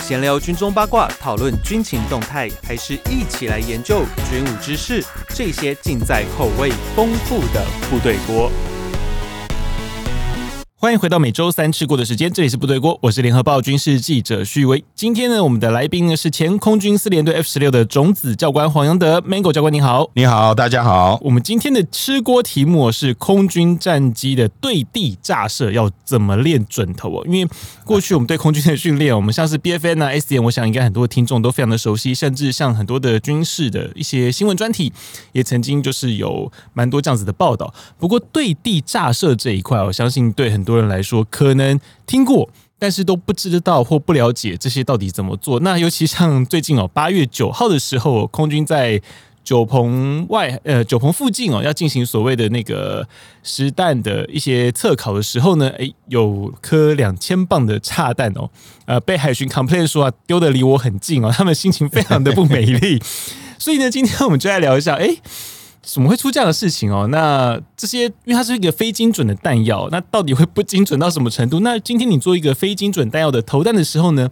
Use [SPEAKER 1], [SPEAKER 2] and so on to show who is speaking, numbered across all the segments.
[SPEAKER 1] 闲聊军中八卦，讨论军情动态，还是一起来研究军武知识？这些尽在口味丰富的部队锅。欢迎回到每周三吃过的时间，这里是部队锅，我是联合报军事记者徐威。今天呢，我们的来宾呢是前空军四联队 F 十六的种子教官黄扬德，Mango 教官您好。
[SPEAKER 2] 你好，大家好。
[SPEAKER 1] 我们今天的吃锅题目是空军战机的对地炸射要怎么练准头哦？因为过去我们对空军的训练，我们像是 BFN 啊、SDN，我想应该很多听众都非常的熟悉，甚至像很多的军事的一些新闻专题，也曾经就是有蛮多这样子的报道。不过对地炸射这一块，我相信对很多人来说可能听过。但是都不知道或不了解这些到底怎么做。那尤其像最近哦，八月九号的时候，空军在九鹏外呃九鹏附近哦，要进行所谓的那个实弹的一些测考的时候呢，诶，有颗两千磅的炸弹哦，呃，被海巡 complain 说啊，丢的离我很近哦，他们心情非常的不美丽。所以呢，今天我们就来聊一下，诶，怎么会出这样的事情哦？那这些，因为它是一个非精准的弹药，那到底会不精准到什么程度？那今天你做一个非精准弹药的投弹的时候呢，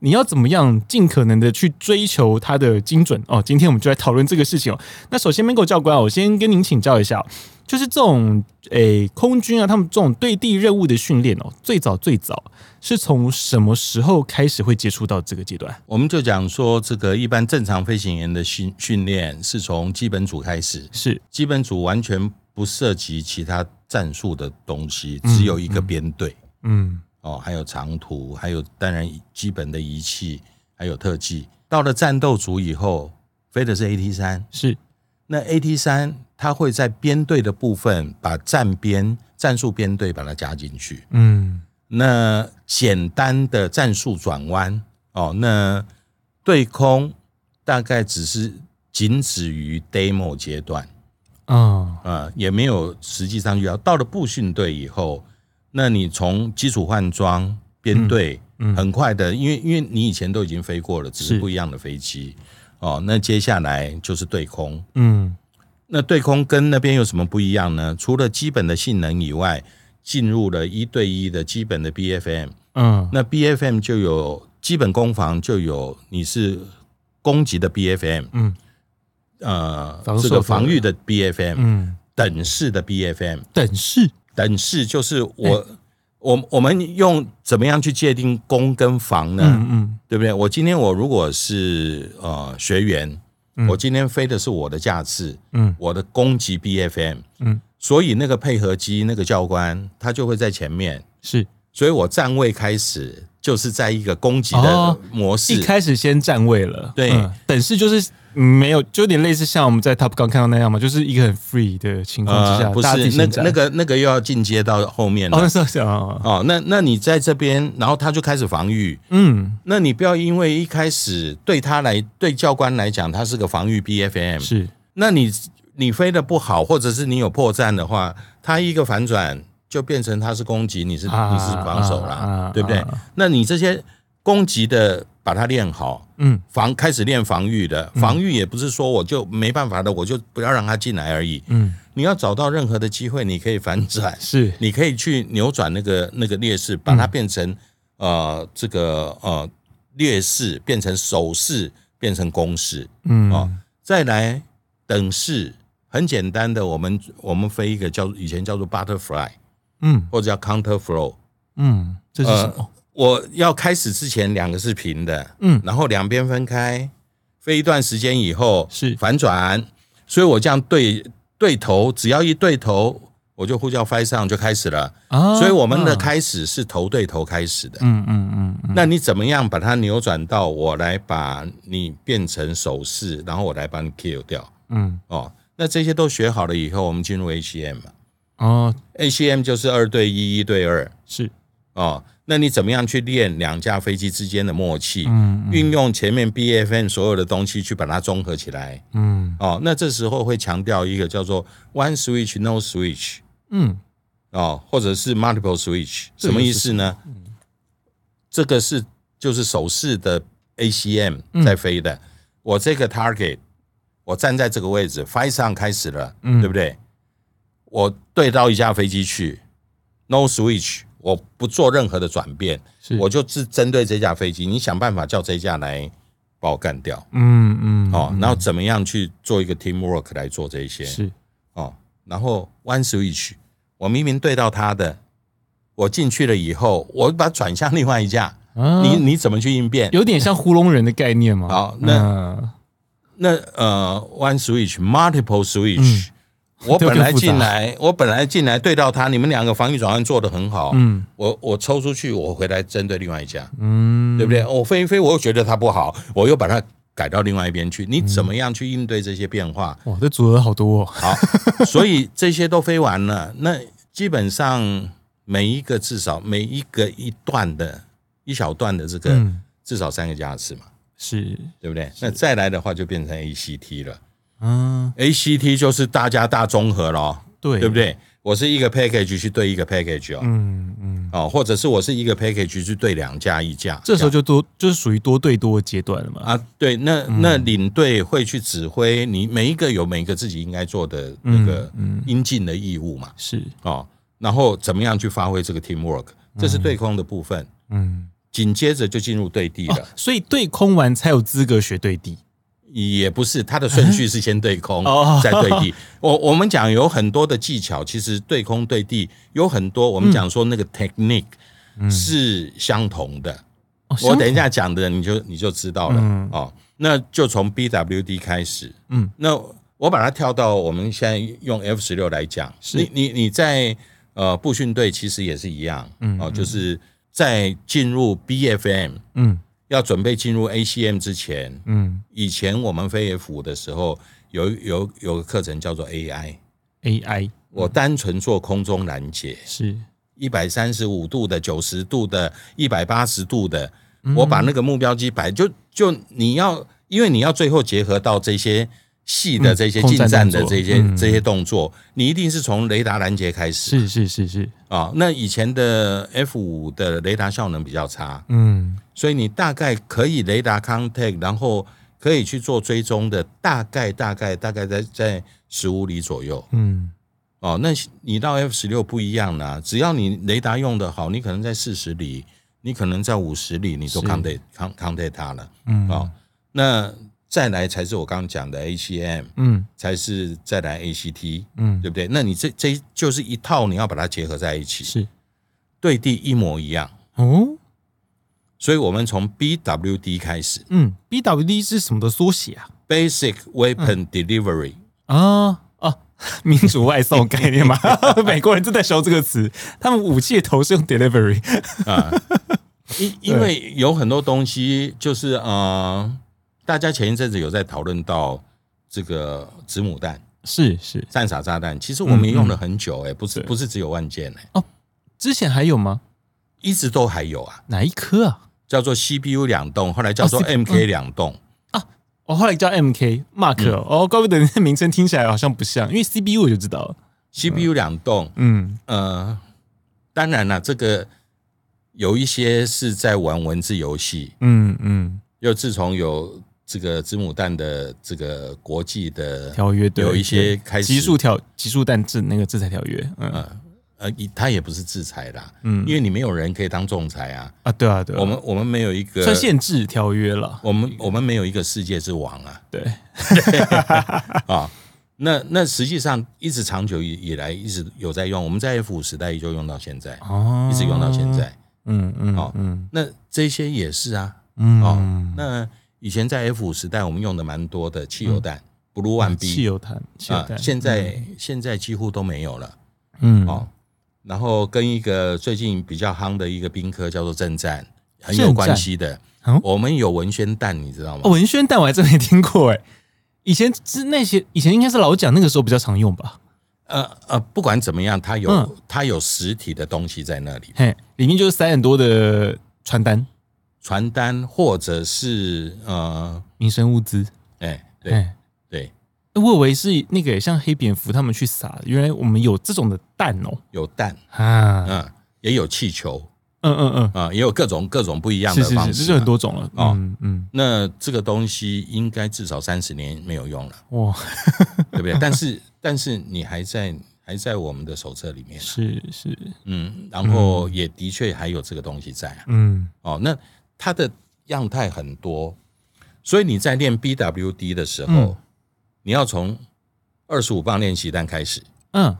[SPEAKER 1] 你要怎么样尽可能的去追求它的精准哦？今天我们就来讨论这个事情哦。那首先，Mango 教官，啊我先跟您请教一下哦、就是这种诶、空军啊，他们这种对地任务的训练哦，最早最早是从什么时候开始会接触到这个阶段？
[SPEAKER 2] 我们就讲说，这个一般正常飞行员的训训练是从基本组开始，
[SPEAKER 1] 是
[SPEAKER 2] 基本组完全不涉及其他战术的东西，
[SPEAKER 1] 嗯
[SPEAKER 2] 只有一个编队、
[SPEAKER 1] 嗯
[SPEAKER 2] 哦，还有长途，还有当然基本的仪器，还有特技。到了战斗组以后，飞的是 AT 三，
[SPEAKER 1] 是
[SPEAKER 2] 那 AT 三它会在编队的部分把战编战术编队把它加进去，
[SPEAKER 1] 嗯
[SPEAKER 2] 那简单的战术转弯哦，那对空大概只是仅止于 demo 阶段
[SPEAKER 1] 哦
[SPEAKER 2] 啊、呃也没有实际上去要到了步训队以后，那你从基础换装编队，
[SPEAKER 1] 嗯嗯
[SPEAKER 2] 很快的，因为因为你以前都已经飞过了，只
[SPEAKER 1] 是
[SPEAKER 2] 是不一样的飞机哦。那接下来就是对空，
[SPEAKER 1] 嗯
[SPEAKER 2] 那对空跟那边有什么不一样呢？除了基本的性能以外，进入了一对一的基本的 BFM。
[SPEAKER 1] 嗯
[SPEAKER 2] 那 BFM 就有基本攻防就有你是攻击的 BFM，
[SPEAKER 1] 嗯
[SPEAKER 2] 呃
[SPEAKER 1] 防，守
[SPEAKER 2] 这
[SPEAKER 1] 的
[SPEAKER 2] 个防御的 BFM，
[SPEAKER 1] 嗯，
[SPEAKER 2] 等式的 BFM，
[SPEAKER 1] 等式
[SPEAKER 2] 等式就是我我我们用怎么样去界定攻跟防呢？
[SPEAKER 1] 嗯
[SPEAKER 2] 对不对？我今天我如果是呃学员
[SPEAKER 1] 嗯，
[SPEAKER 2] 我今天飞的是我的架次，
[SPEAKER 1] 嗯
[SPEAKER 2] 我的攻击 BFM，
[SPEAKER 1] 嗯，
[SPEAKER 2] 所以那个配合机那个教官他就会在前面，
[SPEAKER 1] 是
[SPEAKER 2] 所以我站位开始就是在一个攻击的
[SPEAKER 1] 哦
[SPEAKER 2] 模式。
[SPEAKER 1] 一开始先站位了，
[SPEAKER 2] 对
[SPEAKER 1] 嗯等式就是嗯没有，就有点类似像我们在 Top 刚看到那样嘛，就是一个很 free 的情况之下，
[SPEAKER 2] 啊呃不
[SPEAKER 1] 大家自己
[SPEAKER 2] 是那
[SPEAKER 1] 先
[SPEAKER 2] 个
[SPEAKER 1] 站
[SPEAKER 2] 那个那个又要进阶到后面
[SPEAKER 1] 哦，那
[SPEAKER 2] 了。
[SPEAKER 1] 时候想，哦
[SPEAKER 2] 哦，那那你在这边，然后他就开始防御。
[SPEAKER 1] 嗯，
[SPEAKER 2] 那你不要因为一开始对他来对教官来讲，他是个防御 BFM，
[SPEAKER 1] 是
[SPEAKER 2] 那你你飞的不好，或者是你有破绽的话，他一个反转就变成他是攻击，你是你
[SPEAKER 1] 啊
[SPEAKER 2] 是防守
[SPEAKER 1] 啊啊啊
[SPEAKER 2] 啦，对不对？那你这些攻击的把它练好，
[SPEAKER 1] 嗯
[SPEAKER 2] 防开始练防御的，防御也不是说我就没办法的，我就不要让他进来而已。
[SPEAKER 1] 嗯
[SPEAKER 2] 你要找到任何的机会，你可以反转，
[SPEAKER 1] 是
[SPEAKER 2] 你可以去扭转那个那个劣势，把它变成、呃这个呃劣势变成守势，变成攻势。
[SPEAKER 1] 嗯
[SPEAKER 2] 哦再来等式，很简单的，我们我们飞一个叫以前叫做 butterfly
[SPEAKER 1] 嗯
[SPEAKER 2] 或者叫 counter flow。
[SPEAKER 1] 嗯，这是什么？
[SPEAKER 2] 我要开始之前，两个是平的，
[SPEAKER 1] 嗯
[SPEAKER 2] 然后两边分开，飞一段时间以后
[SPEAKER 1] 是
[SPEAKER 2] 反转，所以我这样对对头，只要一对头，我就呼叫 f 上就开始了。
[SPEAKER 1] 啊
[SPEAKER 2] 呃所以我们的
[SPEAKER 1] 啊
[SPEAKER 2] 开始是头对头开始的。
[SPEAKER 1] 嗯嗯嗯嗯，
[SPEAKER 2] 那你怎么样把它扭转到我来把你变成手势，然后我来把你 kill 掉
[SPEAKER 1] 嗯
[SPEAKER 2] 哦？那这些都学好了以后，我们进入 ACM 嘛
[SPEAKER 1] 哦
[SPEAKER 2] ，ACM 就是二对一，一对二
[SPEAKER 1] 是
[SPEAKER 2] 哦。那你怎么样去练两架飞机之间的默契？
[SPEAKER 1] 嗯
[SPEAKER 2] 运用前面 BFN 所有的东西去把它综合起来
[SPEAKER 1] 嗯
[SPEAKER 2] 哦。那这时候会强调一个叫做 one switch no switch
[SPEAKER 1] 嗯
[SPEAKER 2] 哦，或者是 multiple switch，
[SPEAKER 1] 这
[SPEAKER 2] 什
[SPEAKER 1] 个
[SPEAKER 2] 么意
[SPEAKER 1] 是嗯
[SPEAKER 2] 思呢？这个是就是手势的 ACM
[SPEAKER 1] 嗯
[SPEAKER 2] 在飞的，我这个 target，我站在这个位置 f i g h 上开始了，
[SPEAKER 1] 嗯
[SPEAKER 2] 对不对？我对到一架飞机去，no switch，我不做任何的转变，
[SPEAKER 1] 是
[SPEAKER 2] 我就是针对这架飞机，你想办法叫这架来把我干掉
[SPEAKER 1] 嗯嗯，
[SPEAKER 2] 哦，
[SPEAKER 1] 嗯
[SPEAKER 2] 然后怎么样去做一个 teamwork 来做这些
[SPEAKER 1] 是
[SPEAKER 2] 哦，然后 one switch，我明明对到他的，我进去了以后，我把它转向另外一架，
[SPEAKER 1] 啊
[SPEAKER 2] 你你怎么去应变？
[SPEAKER 1] 有点像糊弄人的概念嘛。嗯
[SPEAKER 2] 好那
[SPEAKER 1] 那
[SPEAKER 2] 那呃，one switch multiple switch，、我
[SPEAKER 1] 这个
[SPEAKER 2] 本来
[SPEAKER 1] 嗯更复杂
[SPEAKER 2] 进来，我本来进来对到他，你们两个防御转换做得很好，
[SPEAKER 1] 嗯
[SPEAKER 2] 我我抽出去，我回来针对另外一家，
[SPEAKER 1] 嗯，
[SPEAKER 2] 对不对？我飞一飞，我又觉得它不好，我又把它改到另外一边去，你怎么样去应对这些变化？
[SPEAKER 1] 哇，这组合好多哦。
[SPEAKER 2] 好， 所以这些都飞完了，那基本上每一个至少每一个一段的一小段的这个、
[SPEAKER 1] 嗯，
[SPEAKER 2] 至少三个架次嘛，
[SPEAKER 1] 是
[SPEAKER 2] 对不对？那再来的话就变成 ACT 了。
[SPEAKER 1] 嗯，
[SPEAKER 2] ACT 就是大家大综合咯，
[SPEAKER 1] 对，
[SPEAKER 2] 对不？对？我是一个 package 去对一个 package 哦，
[SPEAKER 1] 嗯嗯，
[SPEAKER 2] 哦，或者是我是一个 package 去对两架一架，
[SPEAKER 1] 这时
[SPEAKER 2] 样
[SPEAKER 1] 候就多就是属于多对多的阶段了嘛。
[SPEAKER 2] 啊，对，那
[SPEAKER 1] 嗯
[SPEAKER 2] 那领队会去指挥你每一个有每一个自己应该做的那个
[SPEAKER 1] 嗯
[SPEAKER 2] 应尽的义务嘛，
[SPEAKER 1] 是，
[SPEAKER 2] 哦，然后怎么样去发挥这个 teamwork，这是对空的部分。
[SPEAKER 1] 嗯，
[SPEAKER 2] 紧接着就进入对地了，
[SPEAKER 1] 所以对空完才有资格学对地。
[SPEAKER 2] 也不是它的顺序是先对空
[SPEAKER 1] 哦，
[SPEAKER 2] 再对地。我我们讲有很多的技巧，其实对空对地有很多，我们讲说那个 technique 是相同的。
[SPEAKER 1] 哦
[SPEAKER 2] 我等一，下讲的，你就你就知道了、
[SPEAKER 1] 嗯
[SPEAKER 2] 哦。那就从 BWD 开始，
[SPEAKER 1] 嗯，
[SPEAKER 2] 那我把它跳到我们现在用 F 十六来讲，
[SPEAKER 1] 是
[SPEAKER 2] 你你你在呃步训队其实也是一样，
[SPEAKER 1] 嗯
[SPEAKER 2] 哦，就是在进入 BFM
[SPEAKER 1] 嗯
[SPEAKER 2] 要准备进入 ACM 之前，
[SPEAKER 1] 嗯
[SPEAKER 2] 以前我们飞 F 五的时候，有有有个课程叫做 AI，
[SPEAKER 1] ，AI
[SPEAKER 2] 我单纯做空中拦截，
[SPEAKER 1] 是
[SPEAKER 2] 一百三十五度的、九十度的、一百八十度的，
[SPEAKER 1] 嗯
[SPEAKER 2] 我把那个目标机摆，就就你要，因为你要最后结合到这些细的
[SPEAKER 1] 嗯
[SPEAKER 2] 这些
[SPEAKER 1] 空
[SPEAKER 2] 近
[SPEAKER 1] 战
[SPEAKER 2] 战
[SPEAKER 1] 动
[SPEAKER 2] 的
[SPEAKER 1] 作
[SPEAKER 2] 这些、
[SPEAKER 1] 嗯
[SPEAKER 2] 这些动作，你一定是从雷达拦截开始
[SPEAKER 1] 是是是是，
[SPEAKER 2] 啊、那以前的 F 五的雷达效能比较差，
[SPEAKER 1] 嗯
[SPEAKER 2] 所以你大概可以雷达 contact，然后可以去做追踪的，大概大概大概在在十五里左右。
[SPEAKER 1] 嗯
[SPEAKER 2] 哦，那你到 F 十六不一样啦、只要你雷达用的好，你可能在四十里，你可能在五十里，你都
[SPEAKER 1] 是
[SPEAKER 2] contact con- contact 它了。
[SPEAKER 1] 嗯
[SPEAKER 2] 哦，那再来才是我刚刚讲的 ACM，
[SPEAKER 1] 嗯
[SPEAKER 2] 才是再来 ACT，
[SPEAKER 1] 嗯，
[SPEAKER 2] 对不对？那你这这就是一套，你要把它结合在一起，
[SPEAKER 1] 是
[SPEAKER 2] 对地一模一样。
[SPEAKER 1] 哦，
[SPEAKER 2] 所以我们从 BWD 开始
[SPEAKER 1] 嗯，BWD 是什么的缩写啊？
[SPEAKER 2] ，Basic Weapon Delivery，、
[SPEAKER 1] 啊啊， 民主外送概 念嘛，美国人正在熟这个词，他们武器的头是用 delivery，
[SPEAKER 2] 啊，因因为有很多东西就是呃，大家前一阵子有在讨论到这个子母弹、
[SPEAKER 1] 是是，
[SPEAKER 2] 散撒炸弹，其实我们也用了很久、哎、不是
[SPEAKER 1] 对
[SPEAKER 2] 不是只有万件哎、
[SPEAKER 1] 之前还有吗？
[SPEAKER 2] 一直都还有啊，
[SPEAKER 1] 哪一颗啊？
[SPEAKER 2] 叫做 CPU 两栋，后来叫做
[SPEAKER 1] 哦
[SPEAKER 2] MK 两栋，
[SPEAKER 1] 我、哦后来叫 MK Mark，、哦，怪不得那名称听起来好像不像，因为 CPU 我就知道了。
[SPEAKER 2] CPU 两栋，
[SPEAKER 1] 嗯，
[SPEAKER 2] 呃，当然了，这个有一些是在玩文字游戏，
[SPEAKER 1] 嗯嗯，
[SPEAKER 2] 又自从有这个子母弹的这个国际的
[SPEAKER 1] 条约对
[SPEAKER 2] 有一些开始
[SPEAKER 1] 集数条集数弹制那个制裁条约，嗯、
[SPEAKER 2] 呃，以他也不是制裁啦，
[SPEAKER 1] 嗯
[SPEAKER 2] 因为你没有人可以当仲裁啊。
[SPEAKER 1] 啊，对啊对啊，
[SPEAKER 2] 我们我们没有一个
[SPEAKER 1] 算，限制条约了，
[SPEAKER 2] 我们我们没有一个世界之王啊
[SPEAKER 1] 对，
[SPEAKER 2] 啊、那那实际上一直长久以以来一直有在用，我们在 F 五时代就用到现在，
[SPEAKER 1] 哦
[SPEAKER 2] 一直用到现，在。
[SPEAKER 1] 嗯嗯
[SPEAKER 2] 哦
[SPEAKER 1] 嗯
[SPEAKER 2] 那这些也是啊，
[SPEAKER 1] 嗯，
[SPEAKER 2] 哦，那以前在 F 五时代我们用的蛮多的汽油弹、Blue One
[SPEAKER 1] 嗯汽
[SPEAKER 2] B
[SPEAKER 1] 油弹，汽油
[SPEAKER 2] 啊
[SPEAKER 1] 弹，，
[SPEAKER 2] 现在、现在几乎都没有了
[SPEAKER 1] 嗯
[SPEAKER 2] 哦。然后跟一个最近比较夯的一个兵科叫做正战很有
[SPEAKER 1] 正
[SPEAKER 2] 关
[SPEAKER 1] 战
[SPEAKER 2] 系的
[SPEAKER 1] 哦，
[SPEAKER 2] 我们有文宣弹，你知道吗？
[SPEAKER 1] 哦文宣弹我还真没听过哎，以前是那些以前应该是老蒋那个时候比较常用吧，
[SPEAKER 2] 呃呃，不管怎么样，它有、
[SPEAKER 1] 嗯
[SPEAKER 2] 它有实体的东西在那里，
[SPEAKER 1] 嘿，里面就是塞很多的传单、
[SPEAKER 2] 传单或者是呃，
[SPEAKER 1] 民生物资，
[SPEAKER 2] 哎、对、
[SPEAKER 1] 嘿
[SPEAKER 2] 对，
[SPEAKER 1] 我以为是那个像黑蝙蝠他们去撒，原来我们有这种的蛋哦、
[SPEAKER 2] 有弹，
[SPEAKER 1] 啊，
[SPEAKER 2] 嗯、也有气球，
[SPEAKER 1] 嗯嗯
[SPEAKER 2] 啊、也有各种各种不
[SPEAKER 1] 嗯，
[SPEAKER 2] 一样
[SPEAKER 1] 是
[SPEAKER 2] 的
[SPEAKER 1] 是
[SPEAKER 2] 方式、
[SPEAKER 1] 是，这就很。多种了。
[SPEAKER 2] 哦
[SPEAKER 1] 嗯嗯，
[SPEAKER 2] 那这个东西 应该至少三十年没有用了，
[SPEAKER 1] 哇，
[SPEAKER 2] 对不对？但是但是你还在还在我们的手册里面啊、
[SPEAKER 1] 是是，
[SPEAKER 2] 嗯，然后也的确还有这个东西在啊。
[SPEAKER 1] 嗯
[SPEAKER 2] 哦，那它的样态很多，所以你在练 BWD 的时候，
[SPEAKER 1] 嗯
[SPEAKER 2] 你要从二十五磅练习单开始。
[SPEAKER 1] 嗯，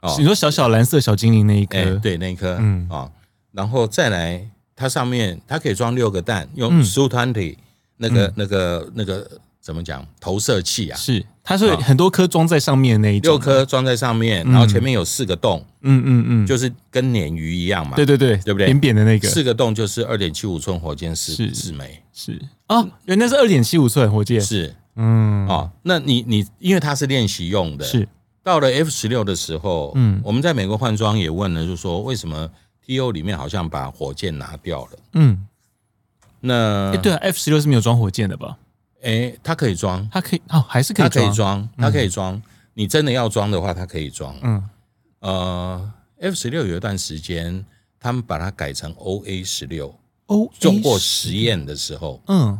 [SPEAKER 2] 哦
[SPEAKER 1] 你，说小小蓝色小精灵那一颗，
[SPEAKER 2] 哎、，对，那一颗，
[SPEAKER 1] 嗯
[SPEAKER 2] 嗯啊、哦，然后再来，它上面它可以装六个蛋，用
[SPEAKER 1] 嗯
[SPEAKER 2] Su Twenty 那个、那个那个怎么讲投射器啊，
[SPEAKER 1] 是它是
[SPEAKER 2] 哦
[SPEAKER 1] 很多颗装在上面的那一种，
[SPEAKER 2] 六，颗装在上面，
[SPEAKER 1] 嗯
[SPEAKER 2] 然后前面有四个洞，
[SPEAKER 1] 嗯嗯嗯，
[SPEAKER 2] 就是跟鲶鱼一样嘛，
[SPEAKER 1] 对对对，
[SPEAKER 2] 对不对
[SPEAKER 1] 扁扁的那个
[SPEAKER 2] 四个洞就是二点七五寸火箭
[SPEAKER 1] 是
[SPEAKER 2] 四四枚，
[SPEAKER 1] 是啊，原来是二点七五寸火箭，
[SPEAKER 2] 是
[SPEAKER 1] 嗯，
[SPEAKER 2] 哦，那你你因为它是练习用的，
[SPEAKER 1] 是
[SPEAKER 2] 到了 F 十六的时候，
[SPEAKER 1] 嗯
[SPEAKER 2] 嗯，我们在美国换装也问了，就是说为什么 TO 里面好像把火箭拿掉了？
[SPEAKER 1] 嗯，
[SPEAKER 2] 那
[SPEAKER 1] 哎，对啊，F 十六是没有装火箭的吧？
[SPEAKER 2] 诶它可以装，
[SPEAKER 1] 它可以哦，还是可
[SPEAKER 2] 它
[SPEAKER 1] 以
[SPEAKER 2] 可以
[SPEAKER 1] 装，
[SPEAKER 2] 装，它可以装。你真的要装的话，它可以装。
[SPEAKER 1] 嗯
[SPEAKER 2] 呃，F 十六有一段时间，他们把它改成 OA 十六，
[SPEAKER 1] ，O
[SPEAKER 2] 做过实验的时候
[SPEAKER 1] 哦嗯，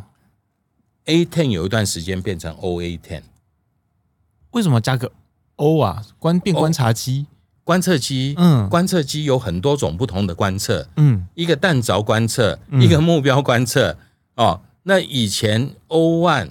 [SPEAKER 2] ，A ten 有一段时间变成 OA ten，
[SPEAKER 1] 为什么加个 O 啊？观变观察机，
[SPEAKER 2] 观测机，
[SPEAKER 1] 嗯
[SPEAKER 2] 观测机有很多种不同的观测，
[SPEAKER 1] 嗯
[SPEAKER 2] 一个弹着观测，一个目标观测、哦。那以前 O one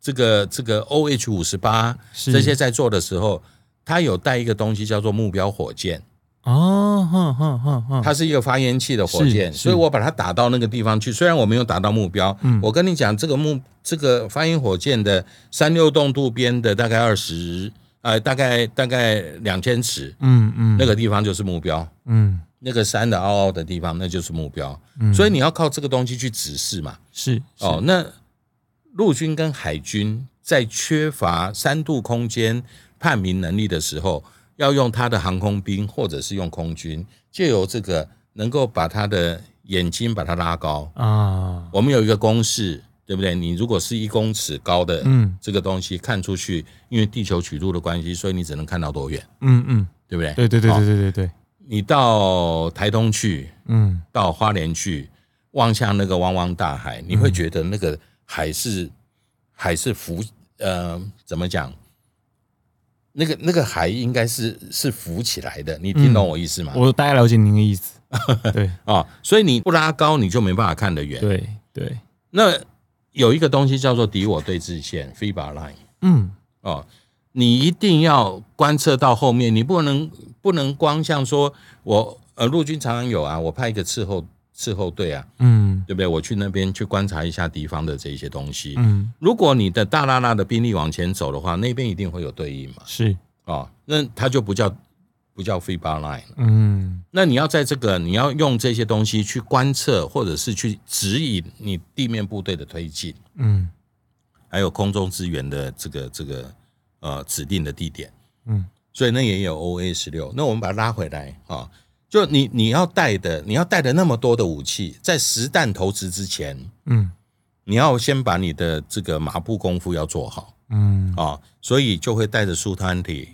[SPEAKER 2] 这个这个 OH 五十八
[SPEAKER 1] 是
[SPEAKER 2] 这些在做的时候，它有带一个东西叫做目标火箭，
[SPEAKER 1] 哦，哼哼哼哼，
[SPEAKER 2] 它是一个发烟器的火箭，
[SPEAKER 1] 是是
[SPEAKER 2] 所以我把它打到那个地方去。虽然我没有打到目标，
[SPEAKER 1] 嗯
[SPEAKER 2] 我跟你讲，这个目这个发烟火箭的三六洞度边的大概二十呃，大概大概两千尺，
[SPEAKER 1] 嗯嗯，
[SPEAKER 2] 那个地方就是目标。
[SPEAKER 1] 嗯
[SPEAKER 2] 那个山的凹凹的地方，那就是目标，所以你要靠这个东西去指示嘛。
[SPEAKER 1] 是
[SPEAKER 2] 哦，那陆军跟海军在缺乏三度空间判明能力的时候，要用他的航空兵或者是用空军，借由这个能够把他的眼睛把它拉高。
[SPEAKER 1] 啊，
[SPEAKER 2] 我们有一个公式，对不对？你如果是一公尺高的
[SPEAKER 1] 嗯
[SPEAKER 2] 这个东西看出去，因为地球曲度的关系，所以你只能看到多远，
[SPEAKER 1] 嗯嗯，
[SPEAKER 2] 对不对？
[SPEAKER 1] 对对对
[SPEAKER 2] 哦
[SPEAKER 1] 对对对对，
[SPEAKER 2] 你到台东去，
[SPEAKER 1] 嗯
[SPEAKER 2] 到花莲去望向那个汪汪大海，你会觉得那个海是海是浮呃怎么讲？那个那个海应该是是浮起来的，你听懂我意思吗？
[SPEAKER 1] 嗯我大概了解您的意 思，对
[SPEAKER 2] 哦，所以你不拉高，你就没办法看得远。
[SPEAKER 1] 对对，
[SPEAKER 2] 那有一个东西叫做敌我对峙线 （FIBA line）
[SPEAKER 1] 嗯
[SPEAKER 2] 哦，你一定要观测到后面，你不能不能光像说我呃陆军常常有啊，我派一个伺候伺候队啊，
[SPEAKER 1] 嗯
[SPEAKER 2] 对不对？我去那边去观察一下敌方的这一些东西。
[SPEAKER 1] 嗯，
[SPEAKER 2] 如果你的大拉拉的兵力往前走的话，那边一定会有对应嘛，
[SPEAKER 1] 是
[SPEAKER 2] 哦，那它就不叫不叫 free bar line 了。
[SPEAKER 1] 嗯
[SPEAKER 2] 那你要在这个，你要用这些东西去观测，或者是去指引你地面部队的推进，
[SPEAKER 1] 嗯
[SPEAKER 2] 还有空中支援的这个这个呃指定的地点。
[SPEAKER 1] 嗯
[SPEAKER 2] 所以那也有 OA 十六。那我们把它拉回来啊、哦就你你要带的，你要带的那么多的武器，在实弹投掷之前，
[SPEAKER 1] 嗯
[SPEAKER 2] 你要先把你的这个马步功夫要做好
[SPEAKER 1] 嗯，
[SPEAKER 2] 啊、所以就会带着苏团体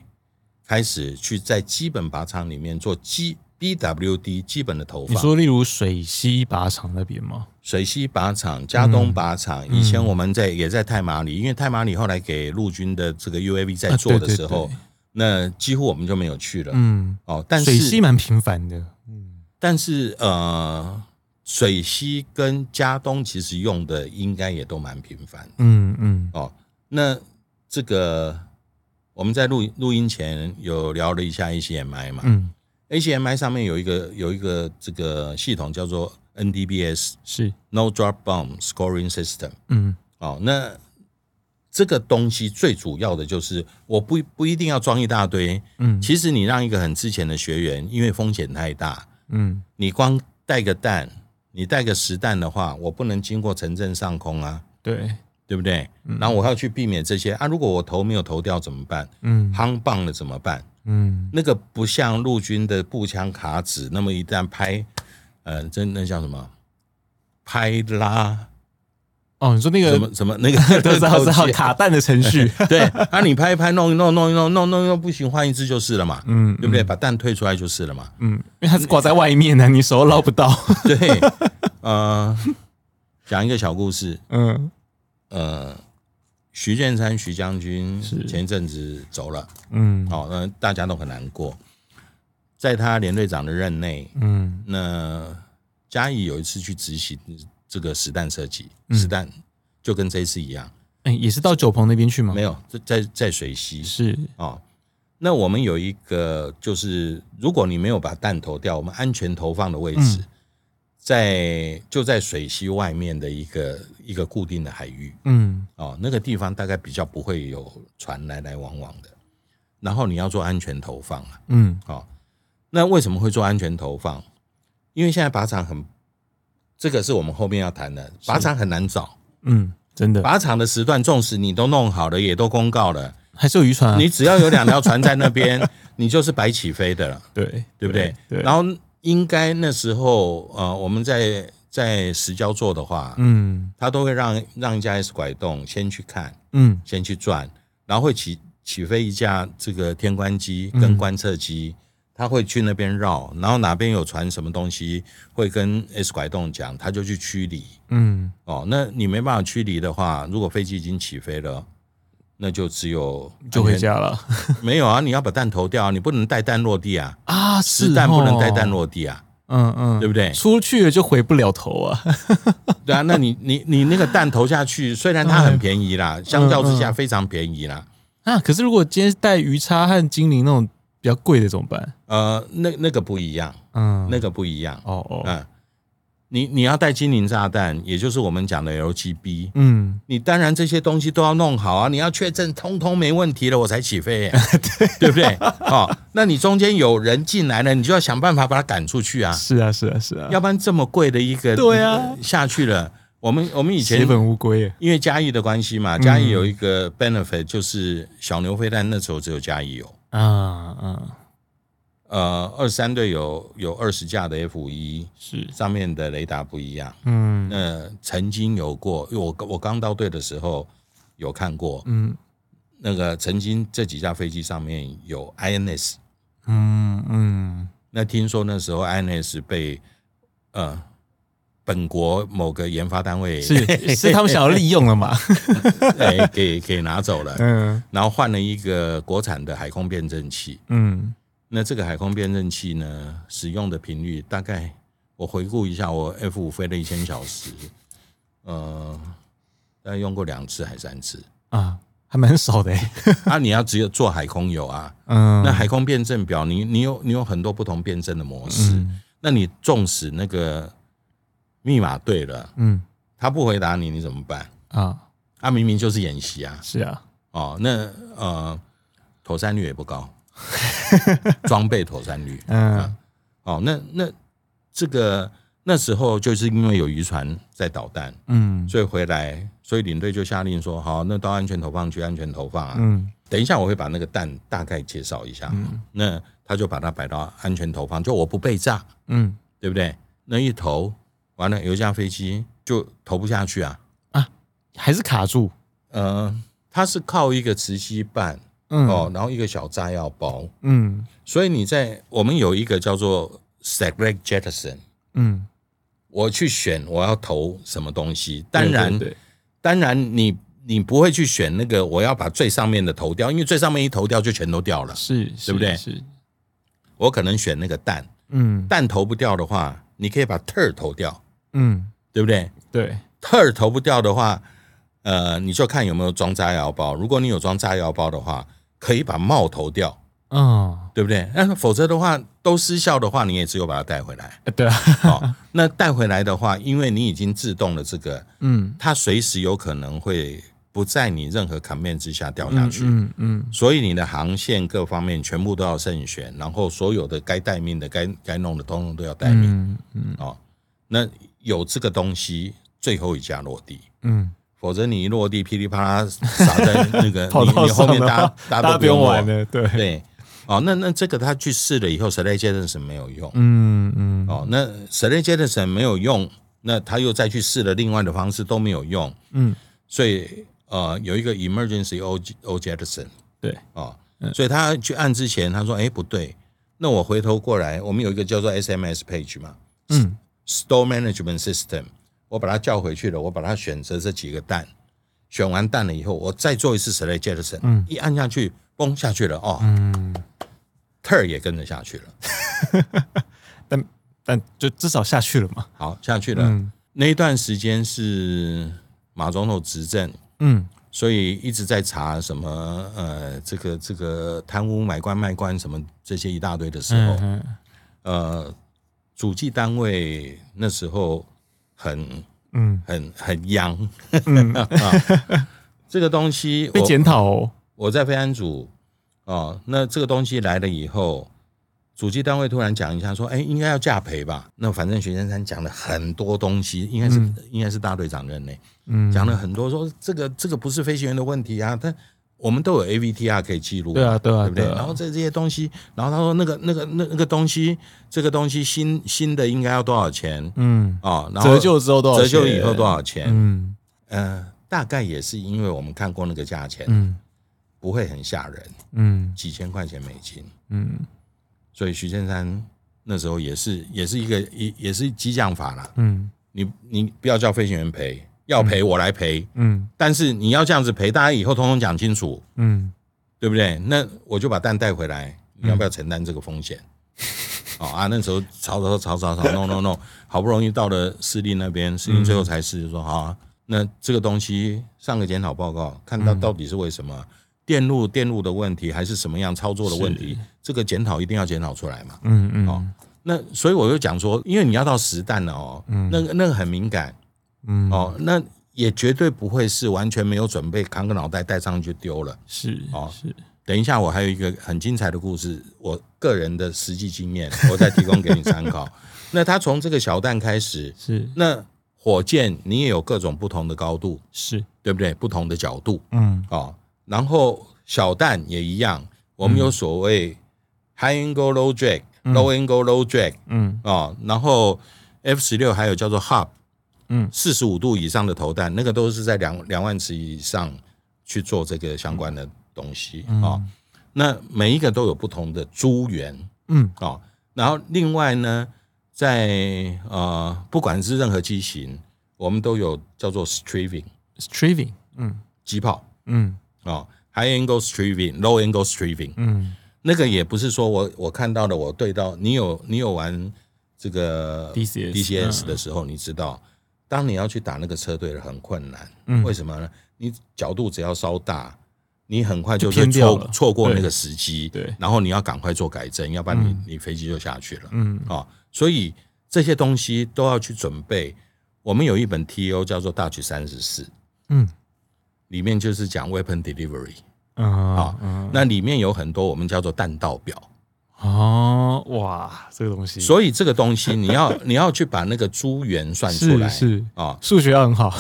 [SPEAKER 2] 开始去在基本靶场里面做基 BWD 基本的投
[SPEAKER 1] 你
[SPEAKER 2] 放。
[SPEAKER 1] 说例如水西靶场那边吗？
[SPEAKER 2] 水西靶场、加东靶
[SPEAKER 1] 嗯
[SPEAKER 2] 场，以前我们在也在太马里，因为太马里后来给陆军的这个 UAV 在
[SPEAKER 1] 啊
[SPEAKER 2] 做的
[SPEAKER 1] 对对
[SPEAKER 2] 时候，
[SPEAKER 1] 对
[SPEAKER 2] 那几乎我们就没有去了、
[SPEAKER 1] 嗯，
[SPEAKER 2] 哦。但
[SPEAKER 1] 水西
[SPEAKER 2] 是
[SPEAKER 1] 蛮频繁的，嗯
[SPEAKER 2] 但是呃，水西跟加东其实用的应该也都蛮频繁。
[SPEAKER 1] 嗯嗯
[SPEAKER 2] 哦，那这个我们在录录音前有聊了一下 ACMI 嘛、
[SPEAKER 1] 嗯，
[SPEAKER 2] a c m i 上面有一个有一个这个系统叫做 NDBS
[SPEAKER 1] 是
[SPEAKER 2] No Drop Bomb Scoring System
[SPEAKER 1] 嗯
[SPEAKER 2] 哦，那这个东西最主要的就是我不不一定要装一大堆，
[SPEAKER 1] 嗯
[SPEAKER 2] 其实你让一个很之前的学员，因为风险太大，
[SPEAKER 1] 嗯
[SPEAKER 2] 你光带个弹，你带个实弹的话，我不能经过城镇上空啊，
[SPEAKER 1] 对，
[SPEAKER 2] 对不对？然后我还要去避免这些啊。如果我头没有头掉怎么办？
[SPEAKER 1] 嗯
[SPEAKER 2] 夯棒了怎么办？
[SPEAKER 1] 嗯
[SPEAKER 2] 那个不像陆军的步枪卡指，那么一旦拍，呃，这那叫什么？拍拉
[SPEAKER 1] 哦，你说那
[SPEAKER 2] 什
[SPEAKER 1] 个
[SPEAKER 2] 么什么那个
[SPEAKER 1] 都知道
[SPEAKER 2] 道
[SPEAKER 1] 知道
[SPEAKER 2] 歉
[SPEAKER 1] 卡弹的程序，
[SPEAKER 2] 对啊，你拍一拍弄一弄弄一弄弄一弄弄不行，换一支就是了嘛，
[SPEAKER 1] 嗯
[SPEAKER 2] 对不对？把弹退出来就是了嘛，
[SPEAKER 1] 嗯，因为它是挂在外面的，你手捞不到，
[SPEAKER 2] 对，呃，讲一个小故事，
[SPEAKER 1] 嗯
[SPEAKER 2] 呃，徐建山徐将军
[SPEAKER 1] 是
[SPEAKER 2] 前一阵子走了，
[SPEAKER 1] 嗯
[SPEAKER 2] 哦，那大家都很难过。在他连队长的任内，
[SPEAKER 1] 嗯
[SPEAKER 2] 那嘉义有一次去执行这个实弹射击，
[SPEAKER 1] 嗯
[SPEAKER 2] 实弹就跟这一次一样，
[SPEAKER 1] 哎，也是到九鹏那边去吗？
[SPEAKER 2] 没有在在在水溪
[SPEAKER 1] 是
[SPEAKER 2] 哦。那我们有一个就是，如果你没有把弹投掉，我们安全投放的位置，
[SPEAKER 1] 嗯
[SPEAKER 2] 在就在水溪外面的一个一个固定的海域
[SPEAKER 1] 嗯
[SPEAKER 2] 哦，那个地方大概比较不会有船来来往往的。然后你要做安全投放啊，
[SPEAKER 1] 嗯
[SPEAKER 2] 哦，那为什么会做安全投放？因为现在靶场很，这个是我们后面要谈的，靶场很难找，
[SPEAKER 1] 嗯，真的
[SPEAKER 2] 靶场的时段，纵使你都弄好了，也都公告了，
[SPEAKER 1] 还是有渔船啊？
[SPEAKER 2] 你只要有两条船在 那边，你就是白起飞的了，
[SPEAKER 1] 对
[SPEAKER 2] 对不对？
[SPEAKER 1] 对，
[SPEAKER 2] 然后应该那时候，呃，我们在在石礁做的话，
[SPEAKER 1] 嗯
[SPEAKER 2] 他都会让让一架 S 拐动先去看，
[SPEAKER 1] 嗯
[SPEAKER 2] 先去转，然后会起起飞一架这个天观机
[SPEAKER 1] 嗯
[SPEAKER 2] 跟观测机，他会去那边绕，然后哪边有传什么东西，会跟 S 拐动讲，他就去驱离。
[SPEAKER 1] 嗯，
[SPEAKER 2] 哦，那你没办法驱离的话，如果飞机已经起飞了，那就只有
[SPEAKER 1] 就回。家了
[SPEAKER 2] 没有啊，你要把弹投掉啊，你不能带弹落地啊，
[SPEAKER 1] 啊！
[SPEAKER 2] 实
[SPEAKER 1] 是
[SPEAKER 2] 弹不能
[SPEAKER 1] 哦
[SPEAKER 2] 带弹，落地啊，
[SPEAKER 1] 嗯嗯，
[SPEAKER 2] 对不对？
[SPEAKER 1] 出去了就回不了头啊。
[SPEAKER 2] 对啊，那你你你那个弹投下去，虽然
[SPEAKER 1] 哎
[SPEAKER 2] 它很便宜啦，相较之
[SPEAKER 1] 嗯
[SPEAKER 2] 下非常便宜啦。
[SPEAKER 1] 啊，可是如果今天是带鱼叉和精灵那种比较贵的怎么办？
[SPEAKER 2] 呃，那那个不一样，
[SPEAKER 1] 嗯，
[SPEAKER 2] 那个不一样。
[SPEAKER 1] 哦哦，
[SPEAKER 2] 嗯，你你要带精灵炸弹，也就是我们讲的 LGB，
[SPEAKER 1] 嗯，
[SPEAKER 2] 你当然这些东西都要弄好啊，你要确证通通没问题了，我才起飞、 耶对不对？哦，那你中间有人进来了，你就要想办法把他赶出去啊，
[SPEAKER 1] 是啊是啊是啊，
[SPEAKER 2] 要不然这么贵的一个
[SPEAKER 1] 对啊
[SPEAKER 2] 呃下去了，我们我们以前
[SPEAKER 1] 血本无归耶。
[SPEAKER 2] 因为嘉义的关系嘛，嘉义有一个
[SPEAKER 1] 嗯
[SPEAKER 2] benefit 就是小牛飞弹那时候只有嘉义有，
[SPEAKER 1] 啊啊，
[SPEAKER 2] 呃，二三队有有二十架的 F 五一，
[SPEAKER 1] 是，
[SPEAKER 2] 上面的雷达不一样。
[SPEAKER 1] 嗯
[SPEAKER 2] 那曾经有过，因为我我刚到队的时候有看过，
[SPEAKER 1] 嗯
[SPEAKER 2] 那个曾经这几架飞机上面有 INS，
[SPEAKER 1] 嗯嗯，
[SPEAKER 2] 那听说那时候 INS 被呃本国某个研发单 位
[SPEAKER 1] 是是他们想要利用了嘛？
[SPEAKER 2] 哎给给拿走了，
[SPEAKER 1] 嗯
[SPEAKER 2] 然后换了一个国产的海空辨证器。
[SPEAKER 1] 嗯
[SPEAKER 2] 那这个海空辨认器呢，使用的频率大概，我回顾一下，我 F 五飞了一千小时，呃，大概用过两次还三次。
[SPEAKER 1] 啊，还蛮少的耶。
[SPEAKER 2] 啊，你要只有做海空游啊，
[SPEAKER 1] 嗯，
[SPEAKER 2] 那海空辨证表，你你有你有很多不同辨证的模式，
[SPEAKER 1] 嗯
[SPEAKER 2] 那你纵使那个密码对了，
[SPEAKER 1] 嗯
[SPEAKER 2] 他不回答你，你怎么办？
[SPEAKER 1] 啊，
[SPEAKER 2] 啊，明明就是演习啊，
[SPEAKER 1] 是啊，
[SPEAKER 2] 哦，那呃，妥善率也 不高，装备妥善率，
[SPEAKER 1] 嗯
[SPEAKER 2] 哦，那那这个那时候就是因为有渔船在捣蛋，
[SPEAKER 1] 嗯
[SPEAKER 2] 所以回来，所以领队就下令说：好，那到安全投放区安全投放啊。
[SPEAKER 1] 嗯
[SPEAKER 2] 等一下我会把那个蛋大概介绍一下。那他就把它摆到安全投放，就我不被炸，
[SPEAKER 1] 嗯
[SPEAKER 2] 对不对？那一投完了，有一架飞机就投不下去啊。
[SPEAKER 1] 还是卡住。
[SPEAKER 2] 呃，它是靠一个磁吸板
[SPEAKER 1] 嗯
[SPEAKER 2] 哦，然后一个小炸药包，
[SPEAKER 1] 嗯
[SPEAKER 2] 所以你在我们有一个叫做 Segregated Jettison。
[SPEAKER 1] 嗯，
[SPEAKER 2] 我去选我要投什么东西。当
[SPEAKER 1] 对
[SPEAKER 2] 然，
[SPEAKER 1] 对对
[SPEAKER 2] 当然你你不会去选那个我要把最上面的投掉，因为最上面一投掉就全都掉了。
[SPEAKER 1] 是，是
[SPEAKER 2] 对不对
[SPEAKER 1] 是，
[SPEAKER 2] 我可能选那个蛋，
[SPEAKER 1] 嗯
[SPEAKER 2] 蛋投不掉的话，你可以把 tur 投掉，
[SPEAKER 1] 嗯，
[SPEAKER 2] 对不对
[SPEAKER 1] 对，
[SPEAKER 2] ？tur 投不掉的话，呃，你就看有没有装炸药包。如果你有装炸药包的话，可以把帽投掉，
[SPEAKER 1] 嗯，
[SPEAKER 2] 对不对？那否则的话都失效的话，你也只有把它带回来。
[SPEAKER 1] 呃对啊，
[SPEAKER 2] 哦，那带回来的话，因为你已经自动了这个。
[SPEAKER 1] 嗯，
[SPEAKER 2] 它随时有可能会不在你任何 command 之下掉下去，
[SPEAKER 1] 嗯嗯
[SPEAKER 2] 所以你的航线各方面全部都要慎选，然后所有的该待命的、该该弄的，通通都要待命、
[SPEAKER 1] 嗯嗯
[SPEAKER 2] 哦。那有这个东西，最后一架落地，
[SPEAKER 1] 嗯，
[SPEAKER 2] 否则你一落地噼里啪啦撒在那个
[SPEAKER 1] 跑
[SPEAKER 2] 你
[SPEAKER 1] 道
[SPEAKER 2] 你后
[SPEAKER 1] 上
[SPEAKER 2] 面
[SPEAKER 1] 的
[SPEAKER 2] 大
[SPEAKER 1] 话
[SPEAKER 2] 家，大家
[SPEAKER 1] 家
[SPEAKER 2] 都
[SPEAKER 1] 不用
[SPEAKER 2] 握
[SPEAKER 1] 玩，了，对，
[SPEAKER 2] 对。哦，那那这个他去试了以后 s e l e c t i o n 是没有用。
[SPEAKER 1] 嗯嗯
[SPEAKER 2] 哦，那 s e l e c t i o n 没有用，那他又再去试了另外的方式都没有用。
[SPEAKER 1] 嗯，
[SPEAKER 2] 所以呃，有一个 emergency O O Jetson
[SPEAKER 1] 对，
[SPEAKER 2] 啊、
[SPEAKER 1] 嗯
[SPEAKER 2] 哦，所以他去按之前，他说：“哎，不对，那我回头过来，我们有一个叫做 SMS page 嘛
[SPEAKER 1] 嗯
[SPEAKER 2] ，Store Management System，我把它叫回去了，我把它选择这几个蛋，选完弹了以后，我再做一次 select jettison，
[SPEAKER 1] 嗯
[SPEAKER 2] 一按下去，嘣下去了哦，
[SPEAKER 1] 嗯，
[SPEAKER 2] 特儿也跟着下去了。
[SPEAKER 1] 但就至少下去了嘛。
[SPEAKER 2] 好，下去了。
[SPEAKER 1] 嗯
[SPEAKER 2] 那一段时间是马总统执政，
[SPEAKER 1] 嗯
[SPEAKER 2] 所以一直在查什么呃，这个这个贪污、买官、卖官什么这些一大堆的时候，
[SPEAKER 1] 嗯
[SPEAKER 2] 呃，主计单位那时候很
[SPEAKER 1] 嗯，
[SPEAKER 2] 很很央，
[SPEAKER 1] 嗯
[SPEAKER 2] 啊这个东西
[SPEAKER 1] 被
[SPEAKER 2] 我
[SPEAKER 1] 检讨哦。
[SPEAKER 2] 我在非安组哦，那这个东西来了以后，主计单位突然讲一下说，哎，应该要价赔吧？那反正徐先生讲了很多东西，应该是、应该是大队长任内
[SPEAKER 1] 嗯，
[SPEAKER 2] 讲了很多说这个这个不是飞行员的问题啊，但我们都有 AVTR 可以记录，
[SPEAKER 1] 对啊对啊
[SPEAKER 2] 对不对？
[SPEAKER 1] 啊
[SPEAKER 2] 然后这这些东西，然后他说那个那个那那个东西，这个东西新新的应该要多少钱
[SPEAKER 1] 嗯，
[SPEAKER 2] 哦？然后
[SPEAKER 1] 折旧之后多少
[SPEAKER 2] 折
[SPEAKER 1] 钱？
[SPEAKER 2] 旧以后多少钱？
[SPEAKER 1] 嗯
[SPEAKER 2] 呃，大概也是因为我们看过那个价钱，
[SPEAKER 1] 嗯
[SPEAKER 2] 不会很吓人。
[SPEAKER 1] 嗯
[SPEAKER 2] 几千块钱美金，
[SPEAKER 1] 嗯
[SPEAKER 2] 所以徐建山那时候也是也是一个也也是激将法啦。
[SPEAKER 1] 嗯
[SPEAKER 2] 你你不要叫飞行员赔，要赔我来赔，
[SPEAKER 1] 嗯
[SPEAKER 2] 但是你要这样子赔，大家以后通通讲清楚，
[SPEAKER 1] 嗯
[SPEAKER 2] 对不对？那我就把蛋带回来，你要不要承担这个风险？哦啊，那时候吵吵吵吵吵，no no no，好不容易到了司令那边，司令最后才是说好啊，那这个东西上个检讨报告，看到到底是为什么电路电路的问题，还是什么样操作的问题，这个检讨一定要检讨出来嘛。
[SPEAKER 1] 嗯嗯
[SPEAKER 2] 哦那所以我就讲说，因为你要到实弹了哦，那个那个很敏感
[SPEAKER 1] 嗯，
[SPEAKER 2] 哦，那也绝对不会是完全没有准备，扛个脑袋带上去丢了。
[SPEAKER 1] 是
[SPEAKER 2] 哦
[SPEAKER 1] 是，
[SPEAKER 2] 等一下，我还有一个很精彩的故事，我个人的实际经验， 我再提供给你参考。那他从这个小弹开始，
[SPEAKER 1] 是
[SPEAKER 2] 那火箭你也有各种不同的高度，
[SPEAKER 1] 是，
[SPEAKER 2] 对不对？不同的角度
[SPEAKER 1] 嗯
[SPEAKER 2] 哦。然后小弹也一样，我们有所谓 high angle low drag、low angle low drag
[SPEAKER 1] 嗯
[SPEAKER 2] 哦，然后 F 十六还有叫做 hub，
[SPEAKER 1] 嗯
[SPEAKER 2] 四十五度以上的投弹，那个都是在两两万尺以上去做这个相关的东西啊、哦。那每一个都有不同的株源
[SPEAKER 1] 嗯
[SPEAKER 2] 啊、哦。然后另外呢，在呃，不管是任何机型，我们都有叫做 striving
[SPEAKER 1] ，striving，嗯
[SPEAKER 2] 机炮
[SPEAKER 1] 嗯
[SPEAKER 2] 啊、哦、，high angle striving、low angle striving，
[SPEAKER 1] 嗯
[SPEAKER 2] 那个也不是说我我看到的，我对到你有你有玩这个
[SPEAKER 1] DCS
[SPEAKER 2] DCS 的时候，你知道，当你要去打那个车队了很困难，
[SPEAKER 1] 嗯
[SPEAKER 2] 为什么呢？你角度只要稍大，你很快就
[SPEAKER 1] 就偏
[SPEAKER 2] 会
[SPEAKER 1] 掉
[SPEAKER 2] 错
[SPEAKER 1] 了
[SPEAKER 2] 错过那
[SPEAKER 1] 对
[SPEAKER 2] 个时机，
[SPEAKER 1] 对
[SPEAKER 2] 然后你要赶快做改正，要不然你、你飞机就下去了
[SPEAKER 1] 嗯
[SPEAKER 2] 啊、哦所以这些东西都要去准备。我们有一本 TO 叫做《大局三十四》，
[SPEAKER 1] 嗯
[SPEAKER 2] 里面就是讲 weapon delivery，、
[SPEAKER 1] 啊
[SPEAKER 2] 好那里面有很多我们叫做弹道表。
[SPEAKER 1] 哦哇，这个东西
[SPEAKER 2] 所以这个东 西，你要你要去把那个猪源算出来。
[SPEAKER 1] 是是
[SPEAKER 2] 啊、
[SPEAKER 1] 数学要很好，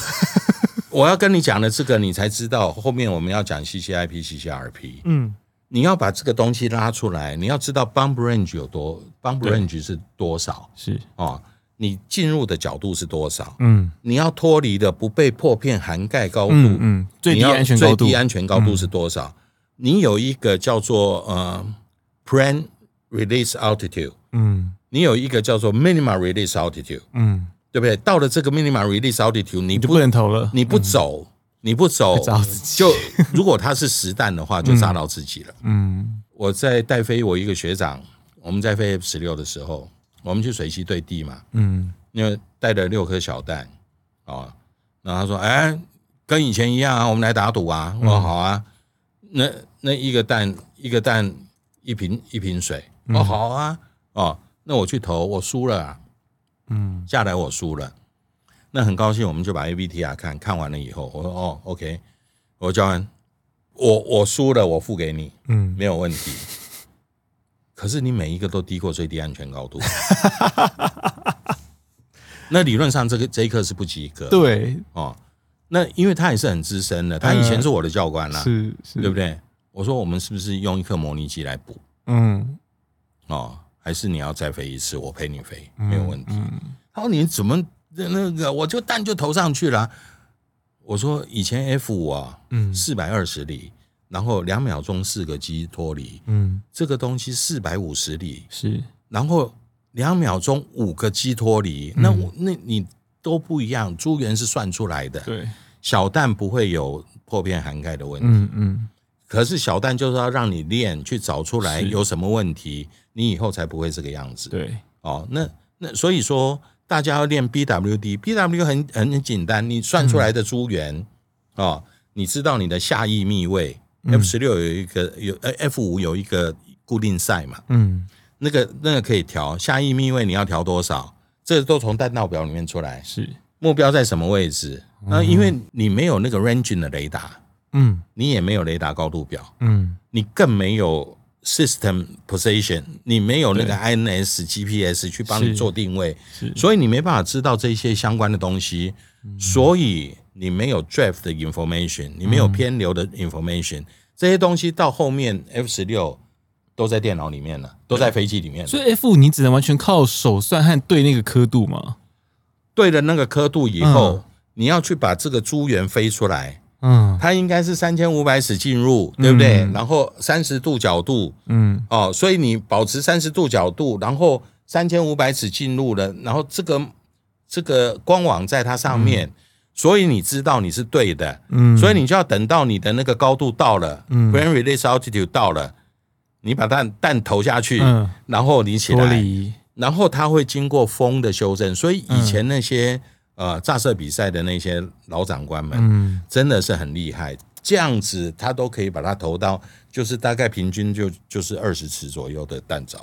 [SPEAKER 2] 我要跟你讲的这个，你才知道后面我们要讲 CCIP、CCRP。
[SPEAKER 1] 嗯
[SPEAKER 2] 你要把这个东西拉出来，你要知道 bump range 有多，bump range 是多少
[SPEAKER 1] 是
[SPEAKER 2] 啊、哦？你进入的角度是多少？
[SPEAKER 1] 嗯
[SPEAKER 2] 你要脱离的不被破片涵盖高度，
[SPEAKER 1] 嗯嗯，最
[SPEAKER 2] 你
[SPEAKER 1] 低
[SPEAKER 2] 要
[SPEAKER 1] 安全高度嗯
[SPEAKER 2] 最低，安全高度是多少？你有一个叫做呃 plan release altitude，
[SPEAKER 1] 嗯
[SPEAKER 2] 你有一个叫做 minimum release altitude。
[SPEAKER 1] 嗯，
[SPEAKER 2] 对不对？到了这个 minimum release altitude，你
[SPEAKER 1] 你就
[SPEAKER 2] 不
[SPEAKER 1] 不能投了，
[SPEAKER 2] 你不走，你 不走
[SPEAKER 1] 会砸到自己
[SPEAKER 2] 就如果它是实弹的话，就炸到自己了。
[SPEAKER 1] 嗯
[SPEAKER 2] 我在带飞我一个学长，我们在飞 F 十六的时候，我们去水西对地嘛，
[SPEAKER 1] 嗯
[SPEAKER 2] 因为带了六颗小弹啊、哦然后他说：“哎，跟以前一样啊，我们来打赌啊。”我说：“好啊。那那一个蛋一个蛋一瓶一瓶水，哦，好啊，哦，那我去投，我输了、啊。”
[SPEAKER 1] 嗯
[SPEAKER 2] 下来我输了，那很高兴，我们就把 A B T R 看看完了以后，我说哦，OK，我说教官，我我输了，我付给你，
[SPEAKER 1] 嗯，
[SPEAKER 2] 没有问题。 可是你每一个都低过最低安全 高度，那理论上这个这一课是不及格，
[SPEAKER 1] 对，
[SPEAKER 2] 哦。那因为他也是很资深的，他以前是我的教官啦，
[SPEAKER 1] 嗯是是，
[SPEAKER 2] 对不对？我说我们是不是用一颗模拟机来补
[SPEAKER 1] 嗯
[SPEAKER 2] 哦？还是你要再飞一次，我陪你飞，
[SPEAKER 1] 嗯
[SPEAKER 2] 没有问题。
[SPEAKER 1] 嗯
[SPEAKER 2] 他说你怎么那那个，我就蛋就投上去了。我说以前 F 五啊，
[SPEAKER 1] 嗯
[SPEAKER 2] 四百二十里，然后两秒钟四个机脱离，
[SPEAKER 1] 嗯
[SPEAKER 2] 这个东西四百五十里，
[SPEAKER 1] 是，
[SPEAKER 2] 然后两秒钟
[SPEAKER 1] 嗯
[SPEAKER 2] 五个机脱离，那我那你都不一样，猪源是算出来的，
[SPEAKER 1] 对，
[SPEAKER 2] 小弹不会有破片涵盖的问题。
[SPEAKER 1] 嗯嗯，
[SPEAKER 2] 可是小弹就是要让你练，去找出来
[SPEAKER 1] 是
[SPEAKER 2] 有什么问题，你以后才不会这个样子。
[SPEAKER 1] 对，
[SPEAKER 2] 哦，那那所以说大家要练 BWD，BW 很很很简单，你算出来的珠圆、
[SPEAKER 1] 嗯
[SPEAKER 2] 哦，你知道你的下翼密位、F 十六有一个有呃 F 五有一个固定赛嘛，
[SPEAKER 1] 嗯
[SPEAKER 2] 那个那个可以调下翼密位你要调多少，这都从弹道表里面出来，
[SPEAKER 1] 是，
[SPEAKER 2] 目标在什么位置？那、因为你没有那个 range 的雷达，
[SPEAKER 1] 嗯
[SPEAKER 2] 你也没有雷达高度表，
[SPEAKER 1] 嗯
[SPEAKER 2] 你更没有 system position，你没有那
[SPEAKER 1] 对
[SPEAKER 2] 个 INS GPS 去帮你
[SPEAKER 1] 是
[SPEAKER 2] 做定位
[SPEAKER 1] 是，
[SPEAKER 2] 所以你没办法知道这些相关的东西，
[SPEAKER 1] 嗯
[SPEAKER 2] 所以你没有 draft 的 information，你没有偏流的 information，、这
[SPEAKER 1] 嗯
[SPEAKER 2] 些东西到后面 F 十六都在电脑里面了，都在飞机里面了。
[SPEAKER 1] 所以 F 五你只能完全靠手算和对那个刻度嘛，
[SPEAKER 2] 对了那个刻度以后，你要去把这个珠圆飞出来，
[SPEAKER 1] 嗯
[SPEAKER 2] 它应该是三千五百尺进入，对不对？
[SPEAKER 1] 嗯
[SPEAKER 2] 然后三十度角度，
[SPEAKER 1] 嗯
[SPEAKER 2] 哦，所以你保持三十度角度，然后三千五百尺进入了，然后这个这个光网在它上面，所以你知道你是对的，
[SPEAKER 1] 嗯，
[SPEAKER 2] 所以你就要等到你的那个高度到了、g r a n d release altitude 到了，你把弹弹投下去，
[SPEAKER 1] 嗯
[SPEAKER 2] 然后你起
[SPEAKER 1] 脱
[SPEAKER 2] 来，
[SPEAKER 1] 离
[SPEAKER 2] 然后它会经过风的修正，所以以前那些、呃炸射比赛的那些老长官们，
[SPEAKER 1] 嗯
[SPEAKER 2] 真的是很厉害。这样子他都可以把它投到，就是大概平均就就是二十尺左右的弹着。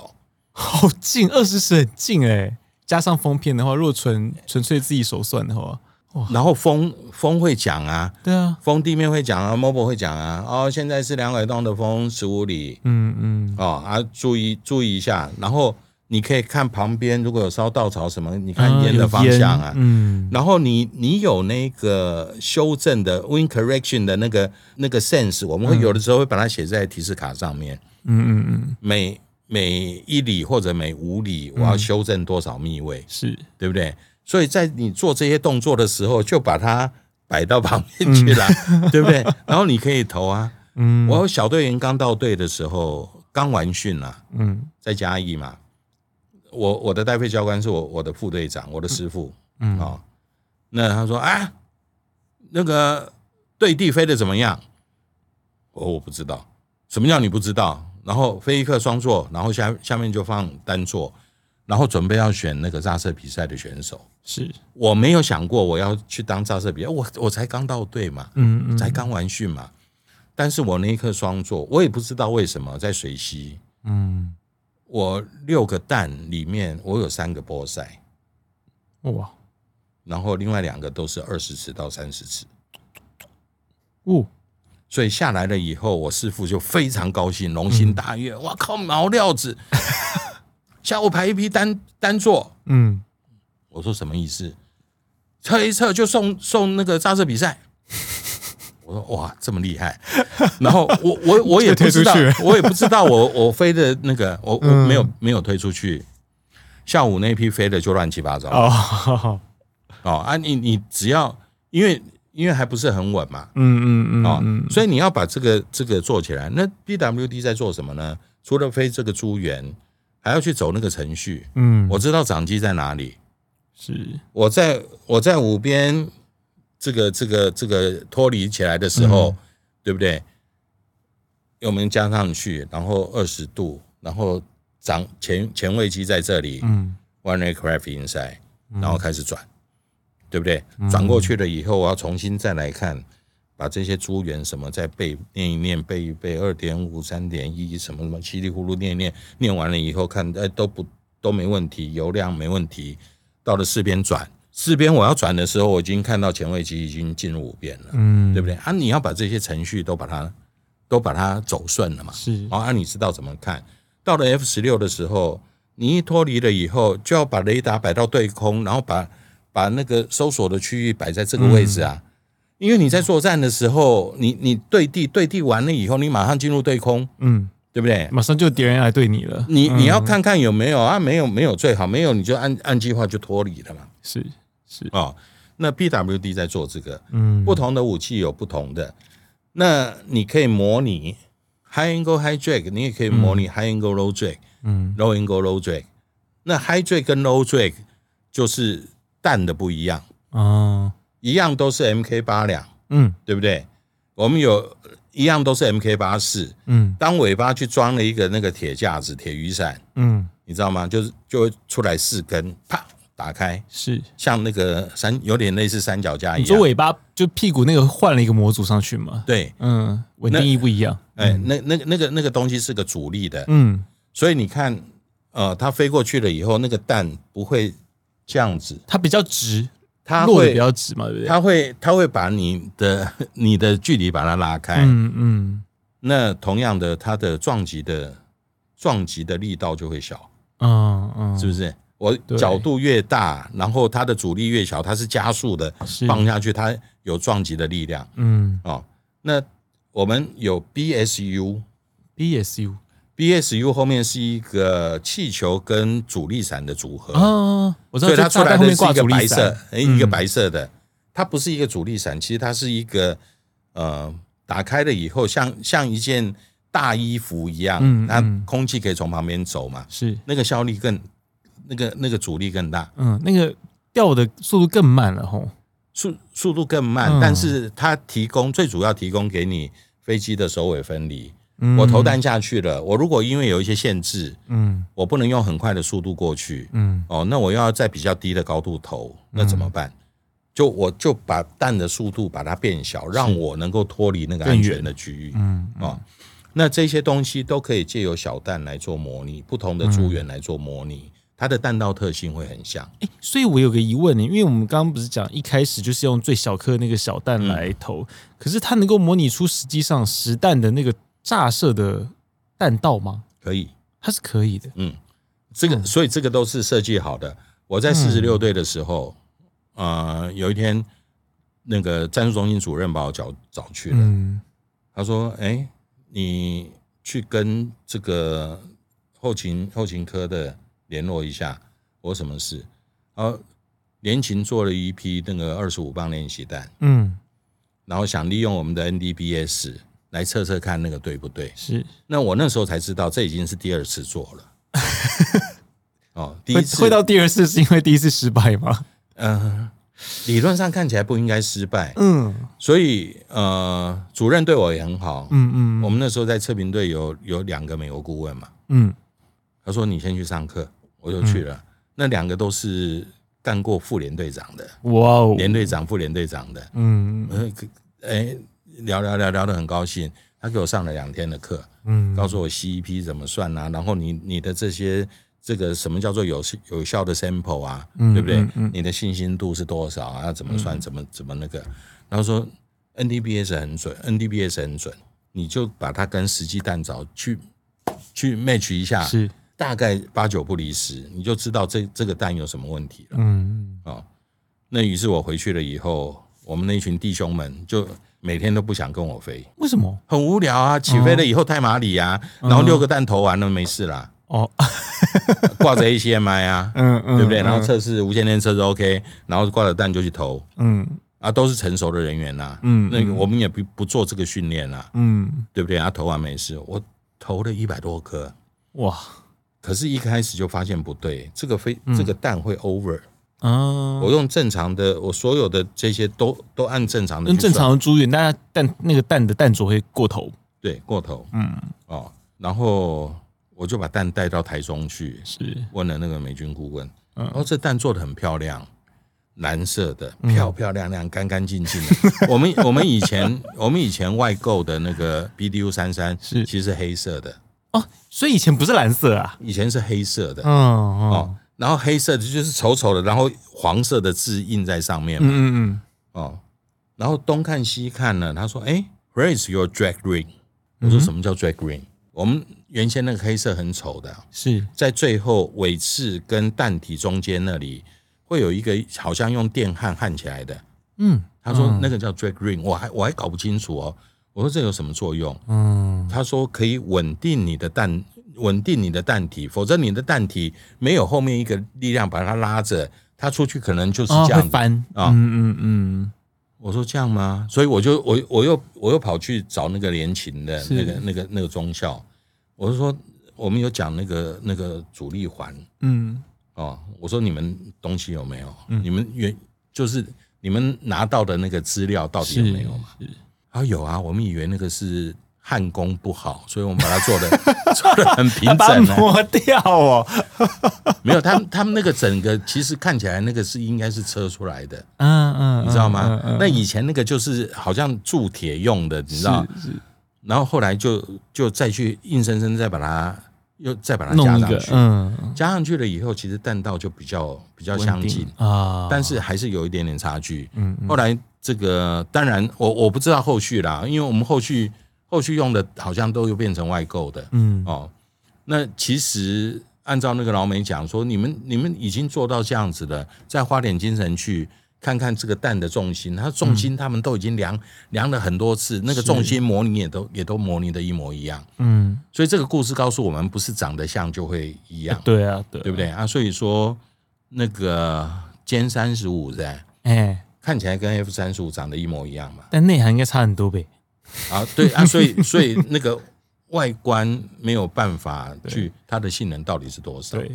[SPEAKER 1] 好近，二十尺很近哎、加上封片的话，如果纯纯粹自己手算的话，
[SPEAKER 2] 然后风风会讲啊，
[SPEAKER 1] 对啊，
[SPEAKER 2] 风地面会讲啊，mobile 会讲啊。哦，现在是两百栋的风，十五里
[SPEAKER 1] 嗯嗯
[SPEAKER 2] 哦啊，注意注意一下。然后你可以看旁边如果有烧稻草什么，你，看
[SPEAKER 1] 啊
[SPEAKER 2] 烟
[SPEAKER 1] 有
[SPEAKER 2] 的方向啊。
[SPEAKER 1] 嗯
[SPEAKER 2] 然后你你有那个修正的 wind correction 的那个那个 sense，我们会有的时候会把它写在提示卡上面。
[SPEAKER 1] 嗯嗯嗯，
[SPEAKER 2] 每每一里或者每五里，我要修正多少密位，
[SPEAKER 1] 是
[SPEAKER 2] 对不对？所以在你做这些动作的时候，就把它摆到旁边去了， 对不对？然后你可以投啊。
[SPEAKER 1] 嗯
[SPEAKER 2] 我小队员刚到队的时候，刚完训啊，
[SPEAKER 1] 嗯
[SPEAKER 2] 在嘉义嘛。我我的带飞教官是我我的副队长，我的师傅啊、
[SPEAKER 1] 嗯
[SPEAKER 2] 哦那他说啊，那个对地飞的怎么样？我说我不知道，什么叫你不知道？然后飞一课双座，然后下下面就放单座，然后准备要选那个炸射比赛的选手。
[SPEAKER 1] 是
[SPEAKER 2] 我没有想过我要去当炸射比赛，我我才刚到队嘛，
[SPEAKER 1] 嗯嗯
[SPEAKER 2] 才刚完训嘛。但是我那一刻双座，我也不知道为什么在水西，
[SPEAKER 1] 嗯
[SPEAKER 2] 我六个蛋里面我有三个波赛，
[SPEAKER 1] 哇
[SPEAKER 2] 然后另外两个都是二十尺到三十尺，
[SPEAKER 1] 哦
[SPEAKER 2] 所以下来了以后，我师傅就非常高兴，龙
[SPEAKER 1] 嗯
[SPEAKER 2] 心大悦，哇靠，毛料子！ 下午排一批单单座，
[SPEAKER 1] 嗯
[SPEAKER 2] 我说什么意思？测一测就送送那个扎射比赛。 我说哇，这么厉害！然后我我 我也不知道
[SPEAKER 1] 就推出，嗯
[SPEAKER 2] 我也不知道我我飞的那个，我我没有没有推出去。下午那批飞的就乱七八糟了
[SPEAKER 1] 哦
[SPEAKER 2] 哦啊，你你只要因为因为还不是很稳嘛，
[SPEAKER 1] 嗯嗯嗯
[SPEAKER 2] 啊、
[SPEAKER 1] 嗯
[SPEAKER 2] 所以你要把这个这个做起来。那 BWD 在做什么呢？除了飞这个珠圆，还要去走那个程序。
[SPEAKER 1] 嗯
[SPEAKER 2] 我知道掌机在哪里，
[SPEAKER 1] 是
[SPEAKER 2] 我在我在五边这个这个这个脱离起来的时候，对不对？我们加上去，然后二十度，然后掌前前位机在这里，
[SPEAKER 1] 嗯
[SPEAKER 2] one aircraft inside，然后开始转，对不对？转过去了以后，我要重新再来看，把这些珠圆什么再背念一念，背一背，二点五、三点一什么什么稀里糊涂念一念，念完了以后看，哎，都不都没问题，油量没问题。到了四边转，四边我要转的时候，我已经看到前位机已经进入五边了，
[SPEAKER 1] 嗯
[SPEAKER 2] 对不对？啊，你要把这些程序都把它都把它走顺了嘛，
[SPEAKER 1] 是
[SPEAKER 2] 哦，啊，你知道怎么看？到了 F 十六的时候，你一脱离了以后，就要把雷达摆到对空，然后把把那个搜索的区域摆在这个位置啊。因为你在作战的时候，你你对地对地完了以后，你马上进入对空，
[SPEAKER 1] 嗯
[SPEAKER 2] 对不对？
[SPEAKER 1] 马上就敌人来对你了
[SPEAKER 2] 你你要看看有没有啊？没有没有最好，没有你就按按计划就脱离了嘛。
[SPEAKER 1] 是是
[SPEAKER 2] 哦，那 PWD 在做这个，
[SPEAKER 1] 嗯
[SPEAKER 2] 不同的武器有不同的。那你可以模拟 high angle high drag，你也可以模拟 high angle low drag。
[SPEAKER 1] 嗯
[SPEAKER 2] low angle low drag。那 high drag 跟 low drag 就是弹的不一样，
[SPEAKER 1] 啊
[SPEAKER 2] 一样都是 Mk 八两，
[SPEAKER 1] 嗯
[SPEAKER 2] 对不对？我们有一样都是 Mk 八四，
[SPEAKER 1] 嗯
[SPEAKER 2] 当尾巴去装了一个那个铁架子、铁雨伞，
[SPEAKER 1] 嗯，
[SPEAKER 2] 你知道吗？就是就会出来四根，啪打开，
[SPEAKER 1] 是
[SPEAKER 2] 像那个三有点类似三脚架一
[SPEAKER 1] 你说
[SPEAKER 2] 样。
[SPEAKER 1] 尾巴就屁股那个换了一个模组上去嘛？
[SPEAKER 2] 哎对，
[SPEAKER 1] 嗯，稳定
[SPEAKER 2] 那
[SPEAKER 1] 义不一样。
[SPEAKER 2] 哎，那那个那个那个东西是个主力的，
[SPEAKER 1] 嗯，
[SPEAKER 2] 所以你看，呃，它飞过去了以后，那个蛋不会这样子，
[SPEAKER 1] 它比较直，
[SPEAKER 2] 它
[SPEAKER 1] 落的
[SPEAKER 2] 会
[SPEAKER 1] 比较直嘛，对不对？
[SPEAKER 2] 它会它会把你的 你的距离把它拉开。
[SPEAKER 1] 嗯嗯
[SPEAKER 2] 那同样的，它的撞击的撞击的力道就会小，
[SPEAKER 1] 嗯嗯，
[SPEAKER 2] 是不是？我
[SPEAKER 1] 对
[SPEAKER 2] 角度越大，然后它的阻力越小，它是加速的，
[SPEAKER 1] 是
[SPEAKER 2] 放下去它有撞击的力量
[SPEAKER 1] 嗯
[SPEAKER 2] 哦。那我们有 BSU。
[SPEAKER 1] ，BSU
[SPEAKER 2] BSU 后面是一个气球跟阻力伞的组合，
[SPEAKER 1] 啊，我知道，
[SPEAKER 2] 所以它
[SPEAKER 1] 就
[SPEAKER 2] 出
[SPEAKER 1] 炸
[SPEAKER 2] 来
[SPEAKER 1] 弹后
[SPEAKER 2] 的
[SPEAKER 1] 面
[SPEAKER 2] 是
[SPEAKER 1] 挂
[SPEAKER 2] 一个
[SPEAKER 1] 阻
[SPEAKER 2] 白
[SPEAKER 1] 力
[SPEAKER 2] 色
[SPEAKER 1] 伞，，嗯
[SPEAKER 2] 诶一个白色的，它不是一个阻力伞，其实它是一个呃，打开了以后像像一件大衣服一样，
[SPEAKER 1] 嗯
[SPEAKER 2] 它
[SPEAKER 1] 嗯
[SPEAKER 2] 空气可以从旁边走嘛，
[SPEAKER 1] 是
[SPEAKER 2] 那个效力更那个那个阻力更大，
[SPEAKER 1] 嗯，那个掉的速度更慢了吼。
[SPEAKER 2] 速速度更慢，
[SPEAKER 1] 嗯
[SPEAKER 2] 但是它提供最主要提供给你飞机的首尾分离。
[SPEAKER 1] 嗯
[SPEAKER 2] 我投，弹下去了，我如果因为有一些限制，
[SPEAKER 1] 嗯
[SPEAKER 2] 我不能用很快的速度过去，
[SPEAKER 1] 嗯
[SPEAKER 2] 哦，那我要在比较低的高度投，那怎么办？就我就把弹的速度把它变小，让我能够脱离那个安全的区域
[SPEAKER 1] 嗯，
[SPEAKER 2] 哦。那这些东西都可以借由小弹来做模拟，不同的
[SPEAKER 1] 嗯
[SPEAKER 2] 珠圆来做模拟，它的弹道特性会很像。
[SPEAKER 1] 诶所以我有个疑问呢，因为我们刚刚不是讲一开始就是用最小颗的那个小
[SPEAKER 2] 嗯
[SPEAKER 1] 弹来投，可是它能够模拟出实际上实弹的那个炸射的弹道吗？
[SPEAKER 2] 可以，
[SPEAKER 1] 它是可以的，嗯
[SPEAKER 2] 这个所以这个都是设计好的。我在四十六队的时候，呃，有一天那个战术中心主任把我找找去了，
[SPEAKER 1] 嗯
[SPEAKER 2] 他说：“哎、你去跟这个后勤后勤科的联络一下，我有什么事？”然后联勤做了一批那个二十五磅练习弹，
[SPEAKER 1] 嗯，
[SPEAKER 2] 然后想利用我们的 NDBS 来测测看那个对不对。
[SPEAKER 1] 是
[SPEAKER 2] 那我那时候才知道，这已经是第二次做 了。哦，第
[SPEAKER 1] 会
[SPEAKER 2] 一次
[SPEAKER 1] 会到第二次是因为第一次失败吗？
[SPEAKER 2] 呃，理论上看起来不应该失败，
[SPEAKER 1] 嗯
[SPEAKER 2] 所以呃，主任对我也很好。
[SPEAKER 1] 嗯
[SPEAKER 2] 我们那时候在测评队有有两个美国顾问嘛，
[SPEAKER 1] 嗯
[SPEAKER 2] 他说你先去上课，我就去了。那两个都是干过副连队长的，
[SPEAKER 1] 嗯，哇哦，
[SPEAKER 2] 连队长、副连队长的。
[SPEAKER 1] 嗯
[SPEAKER 2] 呃，可哎，聊聊聊聊得很高兴。他给我上了两天的课，
[SPEAKER 1] 嗯
[SPEAKER 2] 告诉我 CEP 怎么算啊，然后你你的这些这个什么叫做有有效的 sample 啊，
[SPEAKER 1] 嗯
[SPEAKER 2] 对不对？
[SPEAKER 1] 嗯嗯
[SPEAKER 2] 你的信心度是多少啊？怎么算？怎么怎么那个？然后说 NDBS 很准，NDBS 很准，你就把它跟实际弹着去去 match 一下，
[SPEAKER 1] 是
[SPEAKER 2] 大概八九不离十，你就知道这这个蛋有什么问题了
[SPEAKER 1] 嗯
[SPEAKER 2] 啊、哦那于是我回去了以后，我们那群弟兄们就每天都不想跟我飞，
[SPEAKER 1] 为什么？
[SPEAKER 2] 很无聊啊。起飞了以后太麻里啊，
[SPEAKER 1] 嗯
[SPEAKER 2] 然后六个弹投完了没事啦，
[SPEAKER 1] 哦，
[SPEAKER 2] 挂着 ACMI 啊，
[SPEAKER 1] 嗯嗯，
[SPEAKER 2] 对不对？然后
[SPEAKER 1] 嗯
[SPEAKER 2] 测试无线电测试 OK，然后挂着弹就去投
[SPEAKER 1] 嗯
[SPEAKER 2] 啊，都是成熟的人员啦、
[SPEAKER 1] 嗯
[SPEAKER 2] 那个我们也不不做这个训练啦、
[SPEAKER 1] 嗯，
[SPEAKER 2] 对不对？啊，投完没事，我投了一百多颗，
[SPEAKER 1] 哇
[SPEAKER 2] 可是一开始就发现不对，这个飞
[SPEAKER 1] 嗯
[SPEAKER 2] 这个蛋会 over。
[SPEAKER 1] 啊，
[SPEAKER 2] 我用正常的，我所有的这些都都按正常的
[SPEAKER 1] 跟
[SPEAKER 2] 去算，
[SPEAKER 1] 正常的猪源，但它蛋那个蛋的蛋浊会过头，
[SPEAKER 2] 对过头
[SPEAKER 1] 嗯，
[SPEAKER 2] 哦。然后我就把蛋带到台中去，
[SPEAKER 1] 是
[SPEAKER 2] 问了那个美军顾问，
[SPEAKER 1] 嗯
[SPEAKER 2] 然后这蛋做的很漂亮，蓝色的，
[SPEAKER 1] 嗯
[SPEAKER 2] 漂漂亮亮、干干净净的。我们我们以前我们以前外购的那个 BDU 三三
[SPEAKER 1] 是
[SPEAKER 2] 其实是黑色的，
[SPEAKER 1] 哦，所以以前不是蓝色啊，
[SPEAKER 2] 以前是黑色的
[SPEAKER 1] 嗯哦
[SPEAKER 2] 哦，然后黑色的就是丑丑的，然后黄色的字印在上面嘛。
[SPEAKER 1] 嗯嗯
[SPEAKER 2] 哦，然后东看西看呢，他说：“哎，Where is your drag ring？” 我
[SPEAKER 1] 嗯
[SPEAKER 2] 说：“什么叫 drag ring？” 我们原先那个黑色很丑的，
[SPEAKER 1] 嗯，是
[SPEAKER 2] 在最后尾翅跟蛋体中间那里会有一个好像用电焊焊起来的。
[SPEAKER 1] 嗯
[SPEAKER 2] 他说那个叫 drag ring，我还我还搞不清楚哦。我说这有什么作用？
[SPEAKER 1] 嗯
[SPEAKER 2] 他说可以稳定你的蛋，稳定你的蛋体，否则你的蛋体没有后面一个力量把它拉着，它出去可能就是
[SPEAKER 1] 哦
[SPEAKER 2] 这
[SPEAKER 1] 会
[SPEAKER 2] 样子
[SPEAKER 1] 翻
[SPEAKER 2] 啊
[SPEAKER 1] 嗯嗯嗯
[SPEAKER 2] 我说这样吗？所以我就我我又我又跑去找那个联勤的
[SPEAKER 1] 是
[SPEAKER 2] 那个那个那个中校，我就说我们有讲那个那个主力环
[SPEAKER 1] 嗯
[SPEAKER 2] 哦，我说你们东西有没有？你们原就是你们拿到的那个资料到底有没有嘛？
[SPEAKER 1] 是
[SPEAKER 2] 啊，有啊，我们以为那个是焊工不好，所以我们把它做的 做的很平
[SPEAKER 1] 他把它
[SPEAKER 2] 整、啊。
[SPEAKER 1] 磨掉哦，
[SPEAKER 2] 没有，他们他们那个整个其实看起来那个是应该是车出来的，
[SPEAKER 1] 嗯嗯，
[SPEAKER 2] 你知道吗
[SPEAKER 1] 嗯？嗯
[SPEAKER 2] 那以前那个就是好像铸铁用的，你知道？然后后来就就再去硬生生再把它又再把它加
[SPEAKER 1] 弄一
[SPEAKER 2] 上
[SPEAKER 1] 个
[SPEAKER 2] 去，
[SPEAKER 1] 嗯
[SPEAKER 2] 加上去了以后，其实弹道就比较比较相近，
[SPEAKER 1] 啊，
[SPEAKER 2] 但是还是有一点点差距。
[SPEAKER 1] 嗯嗯
[SPEAKER 2] 后来这个当然我我不知道后续啦，因为我们后续后续用的好像都又变成外购的
[SPEAKER 1] 嗯
[SPEAKER 2] 哦。那其实按照那个老美讲说，你们你们已经做到这样子了，再花点精神去看看这个蛋的重心，它重心他们都已经量、量了很多次，那个
[SPEAKER 1] 是
[SPEAKER 2] 重心模拟也都也都模拟的一模一样。
[SPEAKER 1] 嗯，
[SPEAKER 2] 所以这个故事告诉我们，不是长得像就会一样，
[SPEAKER 1] 对啊对啊
[SPEAKER 2] 对不？对啊？所以说那个歼三十五在。
[SPEAKER 1] 哎，。
[SPEAKER 2] 看起来跟 F 三十五长得一模一样嘛
[SPEAKER 1] 但内涵应该差很多呗，
[SPEAKER 2] 啊，对啊，所以所以那个外观没有办法去它的性能到底是多少？
[SPEAKER 1] 对，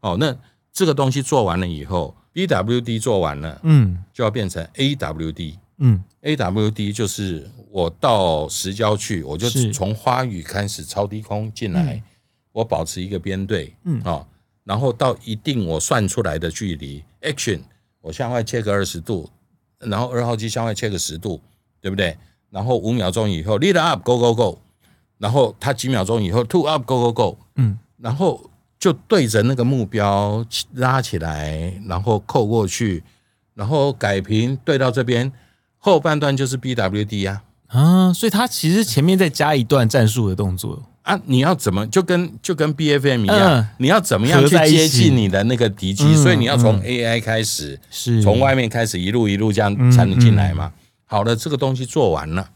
[SPEAKER 2] 哦，那这个东西做完了以后，BWD 做完了，
[SPEAKER 1] 嗯
[SPEAKER 2] 就要变成 AWD。
[SPEAKER 1] 嗯
[SPEAKER 2] AWD 就是我到石礁去，我就是从花语开始超低空进来，我保持一个编队，
[SPEAKER 1] 嗯
[SPEAKER 2] 哦，然后到一定我算出来的距离，action，我向外切个二十度，然后二号机向外切个十度，对不对？然后五秒钟以后，lead up，go go go，然后它几秒钟以后，two up，go go go，
[SPEAKER 1] 嗯，
[SPEAKER 2] 然后就对着那个目标拉起来，然后扣过去，然后改平对到这边，后半段就是 BWD 啊
[SPEAKER 1] 啊，所以他其实前面再加一段战术的动作，
[SPEAKER 2] 啊！你要怎么就跟就跟 BFM 一样，
[SPEAKER 1] 嗯
[SPEAKER 2] 你要怎么样去
[SPEAKER 1] 合在一起
[SPEAKER 2] 接近你的那个敌机？
[SPEAKER 1] 嗯
[SPEAKER 2] 所以你要从
[SPEAKER 1] 嗯
[SPEAKER 2] AI 开始，
[SPEAKER 1] 是
[SPEAKER 2] 从外面开始一路一路这样
[SPEAKER 1] 嗯
[SPEAKER 2] 才能进来嘛。好了，这个东西做完了，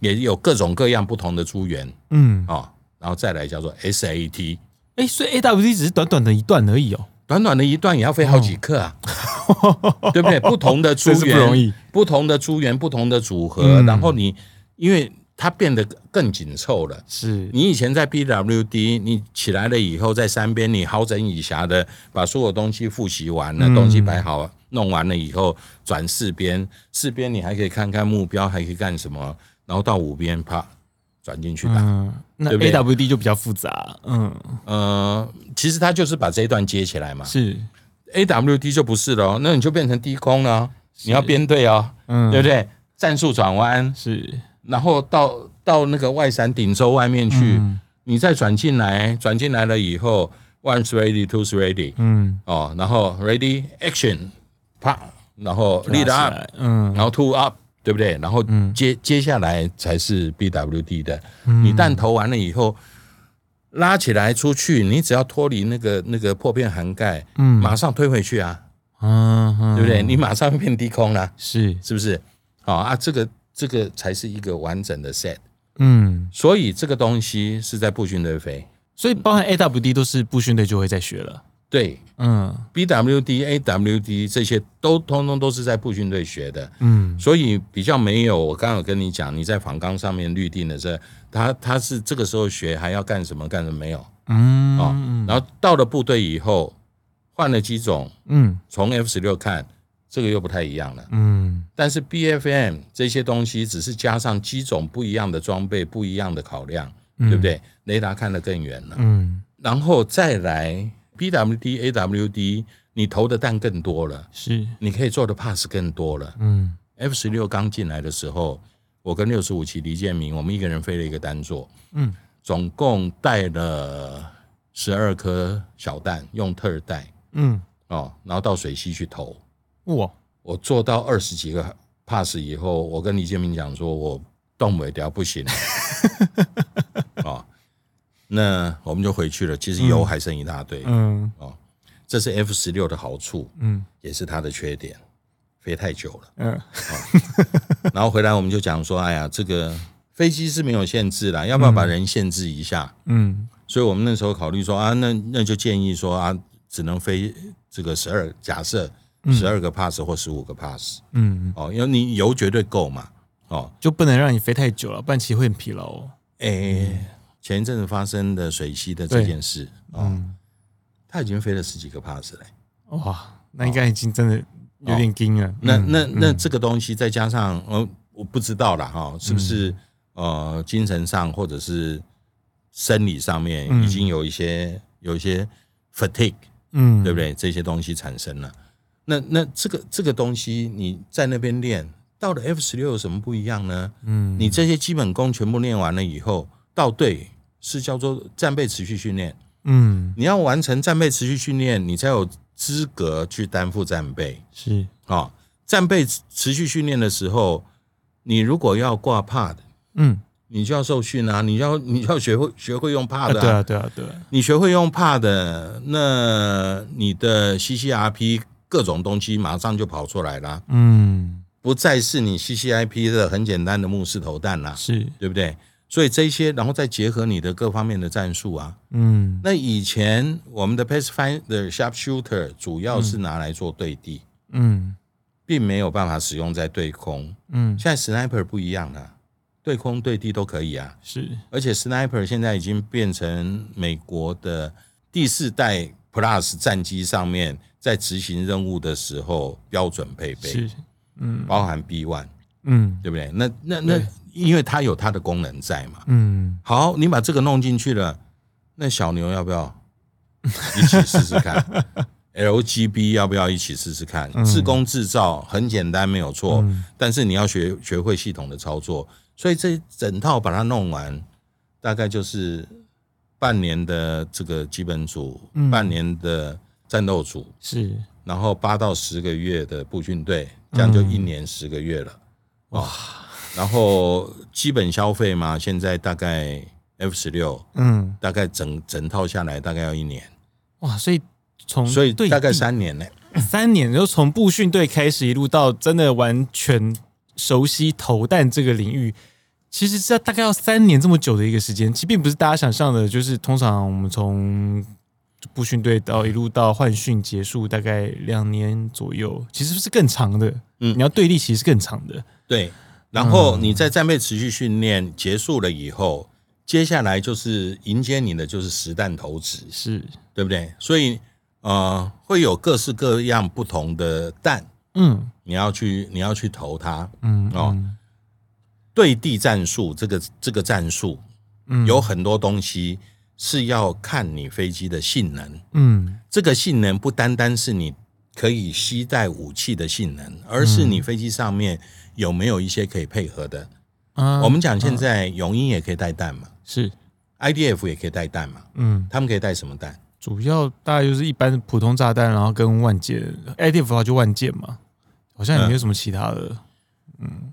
[SPEAKER 2] 也有各种各样不同的资源
[SPEAKER 1] 嗯，
[SPEAKER 2] 啊、哦，然后再来叫做 SAT。
[SPEAKER 1] 哎，所以 A W D 只是短短的一段而已哦，
[SPEAKER 2] 短短的一段也要飞好几克啊，对不对？不同的株
[SPEAKER 1] 嗯 真是
[SPEAKER 2] 源，
[SPEAKER 1] 不容易，
[SPEAKER 2] 不同的株源，不同的组合，
[SPEAKER 1] 嗯
[SPEAKER 2] 然后你因为它变得更紧凑了。
[SPEAKER 1] 是
[SPEAKER 2] 你以前在 BWD，你起来了以后，在山边你好整以暇的把所有东西复习完了，
[SPEAKER 1] 嗯
[SPEAKER 2] 东西摆好弄完了以后，转四边，四边你还可以看看目标，还可以干什么，然后到五边啪转进去打。
[SPEAKER 1] 嗯，那
[SPEAKER 2] 对不
[SPEAKER 1] A
[SPEAKER 2] 对
[SPEAKER 1] W D 就比较复杂，嗯，
[SPEAKER 2] 呃，其实它就是把这一段接起来嘛。
[SPEAKER 1] 是，
[SPEAKER 2] AWD 就不是了哦，那你就变成低空了哦，你要编队哦，
[SPEAKER 1] 嗯，
[SPEAKER 2] 对不对？战术转弯，
[SPEAKER 1] 是，
[SPEAKER 2] 然后到到那个外伞顶洲外面去，
[SPEAKER 1] 嗯
[SPEAKER 2] 你再转进来，转进来了以后，one's ready, two's ready，
[SPEAKER 1] 嗯，
[SPEAKER 2] 哦，然后 ready action，啪，然后
[SPEAKER 1] 拉
[SPEAKER 2] lead
[SPEAKER 1] 起
[SPEAKER 2] up，
[SPEAKER 1] 来，嗯，
[SPEAKER 2] 然后 two up，对不对？然后接、接下来才是 BWD 的，
[SPEAKER 1] 嗯
[SPEAKER 2] 你弹头完了以后。拉起来出去，你只要脱离那个那个破片涵盖，
[SPEAKER 1] 嗯
[SPEAKER 2] 马上推回去啊，
[SPEAKER 1] 嗯嗯，
[SPEAKER 2] 对不对？你马上会变低空了，
[SPEAKER 1] 是，
[SPEAKER 2] 是不是？好、啊，这个这个才是一个完整的 set。
[SPEAKER 1] 嗯，
[SPEAKER 2] 所以这个东西是在步军队飞，
[SPEAKER 1] 所以包含 A W D 都是步训队就会在学了，
[SPEAKER 2] 对
[SPEAKER 1] 嗯
[SPEAKER 2] BWD、AWD 这些都通通都是在步军队学的。
[SPEAKER 1] 嗯，
[SPEAKER 2] 所以比较没有，我刚刚有跟你讲，你在仿纲上面律定的这，他他是这个时候学还要干什么干什么没有
[SPEAKER 1] 嗯
[SPEAKER 2] 哦
[SPEAKER 1] 嗯
[SPEAKER 2] 然后到了部队以后，换了几种，
[SPEAKER 1] 嗯
[SPEAKER 2] 从 F 十六看，这个又不太一样了。
[SPEAKER 1] 嗯
[SPEAKER 2] 但是 BFM 这些东西只是加上几种不一样的装备、不一样的考量，
[SPEAKER 1] 嗯
[SPEAKER 2] 对不对？雷达看得更远了，
[SPEAKER 1] 嗯，
[SPEAKER 2] 然后再来 BWD、AWD，你投的弹更多了，
[SPEAKER 1] 是，
[SPEAKER 2] 你可以做的 pass 更多了。
[SPEAKER 1] 嗯
[SPEAKER 2] F 十六刚进来的时候，我跟六十五期黎建明，我们一个人飞了一个单座，
[SPEAKER 1] 嗯，
[SPEAKER 2] 总共带了十二颗小弹，用特儿带
[SPEAKER 1] 嗯，
[SPEAKER 2] 哦，然后到水西去投。
[SPEAKER 1] 哇，
[SPEAKER 2] 我做到二十几个 pass 以后，我跟李建明讲说，我动不了，不行哦，那我们就回去了。其实油还剩一大堆，
[SPEAKER 1] 嗯
[SPEAKER 2] 这是 F 十六的好处，
[SPEAKER 1] 嗯
[SPEAKER 2] 也是它的缺点，飞太久了。
[SPEAKER 1] 嗯
[SPEAKER 2] 然后回来我们就讲说，哎呀，这个飞机是没有限制啦，要不要把人限制一下？
[SPEAKER 1] 嗯
[SPEAKER 2] 所以我们那时候考虑说啊，那那就建议说啊，只能飞这个十二，假设十二个 pass 或十五个 pass、
[SPEAKER 1] 嗯，
[SPEAKER 2] 哦，因为你油绝对够嘛，哦，
[SPEAKER 1] 就不能让你飞太久了，不然其实会很疲劳哦。
[SPEAKER 2] 诶、前一阵子发生的水西的这件事啊、哦，他已经飞了十几个 pass 嘞、
[SPEAKER 1] 哇，那应该已经真的有点惊啊。
[SPEAKER 2] 那
[SPEAKER 1] 嗯
[SPEAKER 2] 那那这个东西再加上呃，我不知道啦哈，是不是
[SPEAKER 1] 嗯
[SPEAKER 2] 呃精神上或者是生理上面
[SPEAKER 1] 嗯
[SPEAKER 2] 已经有一些有一些 fatigue，
[SPEAKER 1] 嗯，
[SPEAKER 2] 对不对？这些东西产生了。那那这个这个东西你在那边练，到了 F 十六有什么不一样呢？
[SPEAKER 1] 嗯，
[SPEAKER 2] 你这些基本功全部练完了以后，到队是叫做战备持续训练。
[SPEAKER 1] 嗯
[SPEAKER 2] 你要完成战备持续训练，你才有资格去担负战备。
[SPEAKER 1] 是
[SPEAKER 2] 啊、哦，战备持续训练的时候，你如果要挂 pad，
[SPEAKER 1] 嗯
[SPEAKER 2] 你就要受训啊，你要你要学会学会用
[SPEAKER 1] 啊
[SPEAKER 2] pad
[SPEAKER 1] 对啊对啊对啊
[SPEAKER 2] 你学会用 pad，那你的 CCRP 各种东西马上就跑出来啦，
[SPEAKER 1] 嗯
[SPEAKER 2] 不再是你 CCIP 的很简单的木式投弹啦，
[SPEAKER 1] 是
[SPEAKER 2] 对不对？所以这些，然后再结合你的各方面的战术啊。
[SPEAKER 1] 嗯
[SPEAKER 2] 那以前我们的 Pathfinder Sharpshooter 主要是拿来做对地，
[SPEAKER 1] 嗯
[SPEAKER 2] 并没有办法使用在对空。
[SPEAKER 1] 嗯
[SPEAKER 2] 现在 sniper 不一样了，对空对地都可以啊。
[SPEAKER 1] 是
[SPEAKER 2] 而且 sniper 现在已经变成美国的第四代 Plus 战机上面在执行任务的时候标准配备，
[SPEAKER 1] 是嗯
[SPEAKER 2] 包含 B one，
[SPEAKER 1] 嗯
[SPEAKER 2] 对不对？那那那
[SPEAKER 1] 对，
[SPEAKER 2] 因为它有它的功能在嘛。
[SPEAKER 1] 嗯
[SPEAKER 2] 好，你把这个弄进去了，那小牛要不要一起试试 看？LGB 要不要一起试试看？
[SPEAKER 1] 嗯
[SPEAKER 2] 自工制造很简单，没有错，但是你要学学会系统的操作，所以这整套把它弄完，大概就是半年的这个基本组，
[SPEAKER 1] 嗯
[SPEAKER 2] 半年的战斗组，
[SPEAKER 1] 是
[SPEAKER 2] 然后八到十个月的步训队，这样就
[SPEAKER 1] 嗯
[SPEAKER 2] 一年十个月了。哇！然后基本消费嘛，现在大概 F 十六，
[SPEAKER 1] 嗯
[SPEAKER 2] 大概整整套下来大概要一年，
[SPEAKER 1] 哇，所以从
[SPEAKER 2] 所以
[SPEAKER 1] 嗯对
[SPEAKER 2] 大概
[SPEAKER 1] 地
[SPEAKER 2] 三年呢、
[SPEAKER 1] 三年，就从步训队开始，一路到真的完全熟悉投弹这个领域，其实是要大概要三年这么久的一个时间，其实并不是大家想象的，就是通常我们从步训队到一路到换训结束，大概两年左右，其实是更长的。
[SPEAKER 2] 嗯
[SPEAKER 1] 你要对立其实是更长的。
[SPEAKER 2] 对，然后你在战备持续训练结束了以后，接下来就是迎接你的就是实弹投掷，
[SPEAKER 1] 是，
[SPEAKER 2] 对不对？所以呃，会有各式各样不同的弹，
[SPEAKER 1] 嗯
[SPEAKER 2] 你要去你要去投它。
[SPEAKER 1] 嗯
[SPEAKER 2] 哦
[SPEAKER 1] 嗯
[SPEAKER 2] 对地战术这个这个战术，
[SPEAKER 1] 嗯
[SPEAKER 2] 有很多东西是要看你飞机的性能。
[SPEAKER 1] 嗯
[SPEAKER 2] 这个性能不单单是你可以携带武器的性能，而是你飞机上面有没有一些可以配合的。
[SPEAKER 1] 啊
[SPEAKER 2] 我们讲现在永鹰也可以带弹嘛
[SPEAKER 1] 是
[SPEAKER 2] ，IDF 也可以带弹嘛，
[SPEAKER 1] 嗯，
[SPEAKER 2] 他们可以带什么弹？
[SPEAKER 1] 主要大概就是一般的普通炸弹，然后跟万箭 ATF 的话就万箭嘛，好像也
[SPEAKER 2] 嗯
[SPEAKER 1] 没有什么其他的。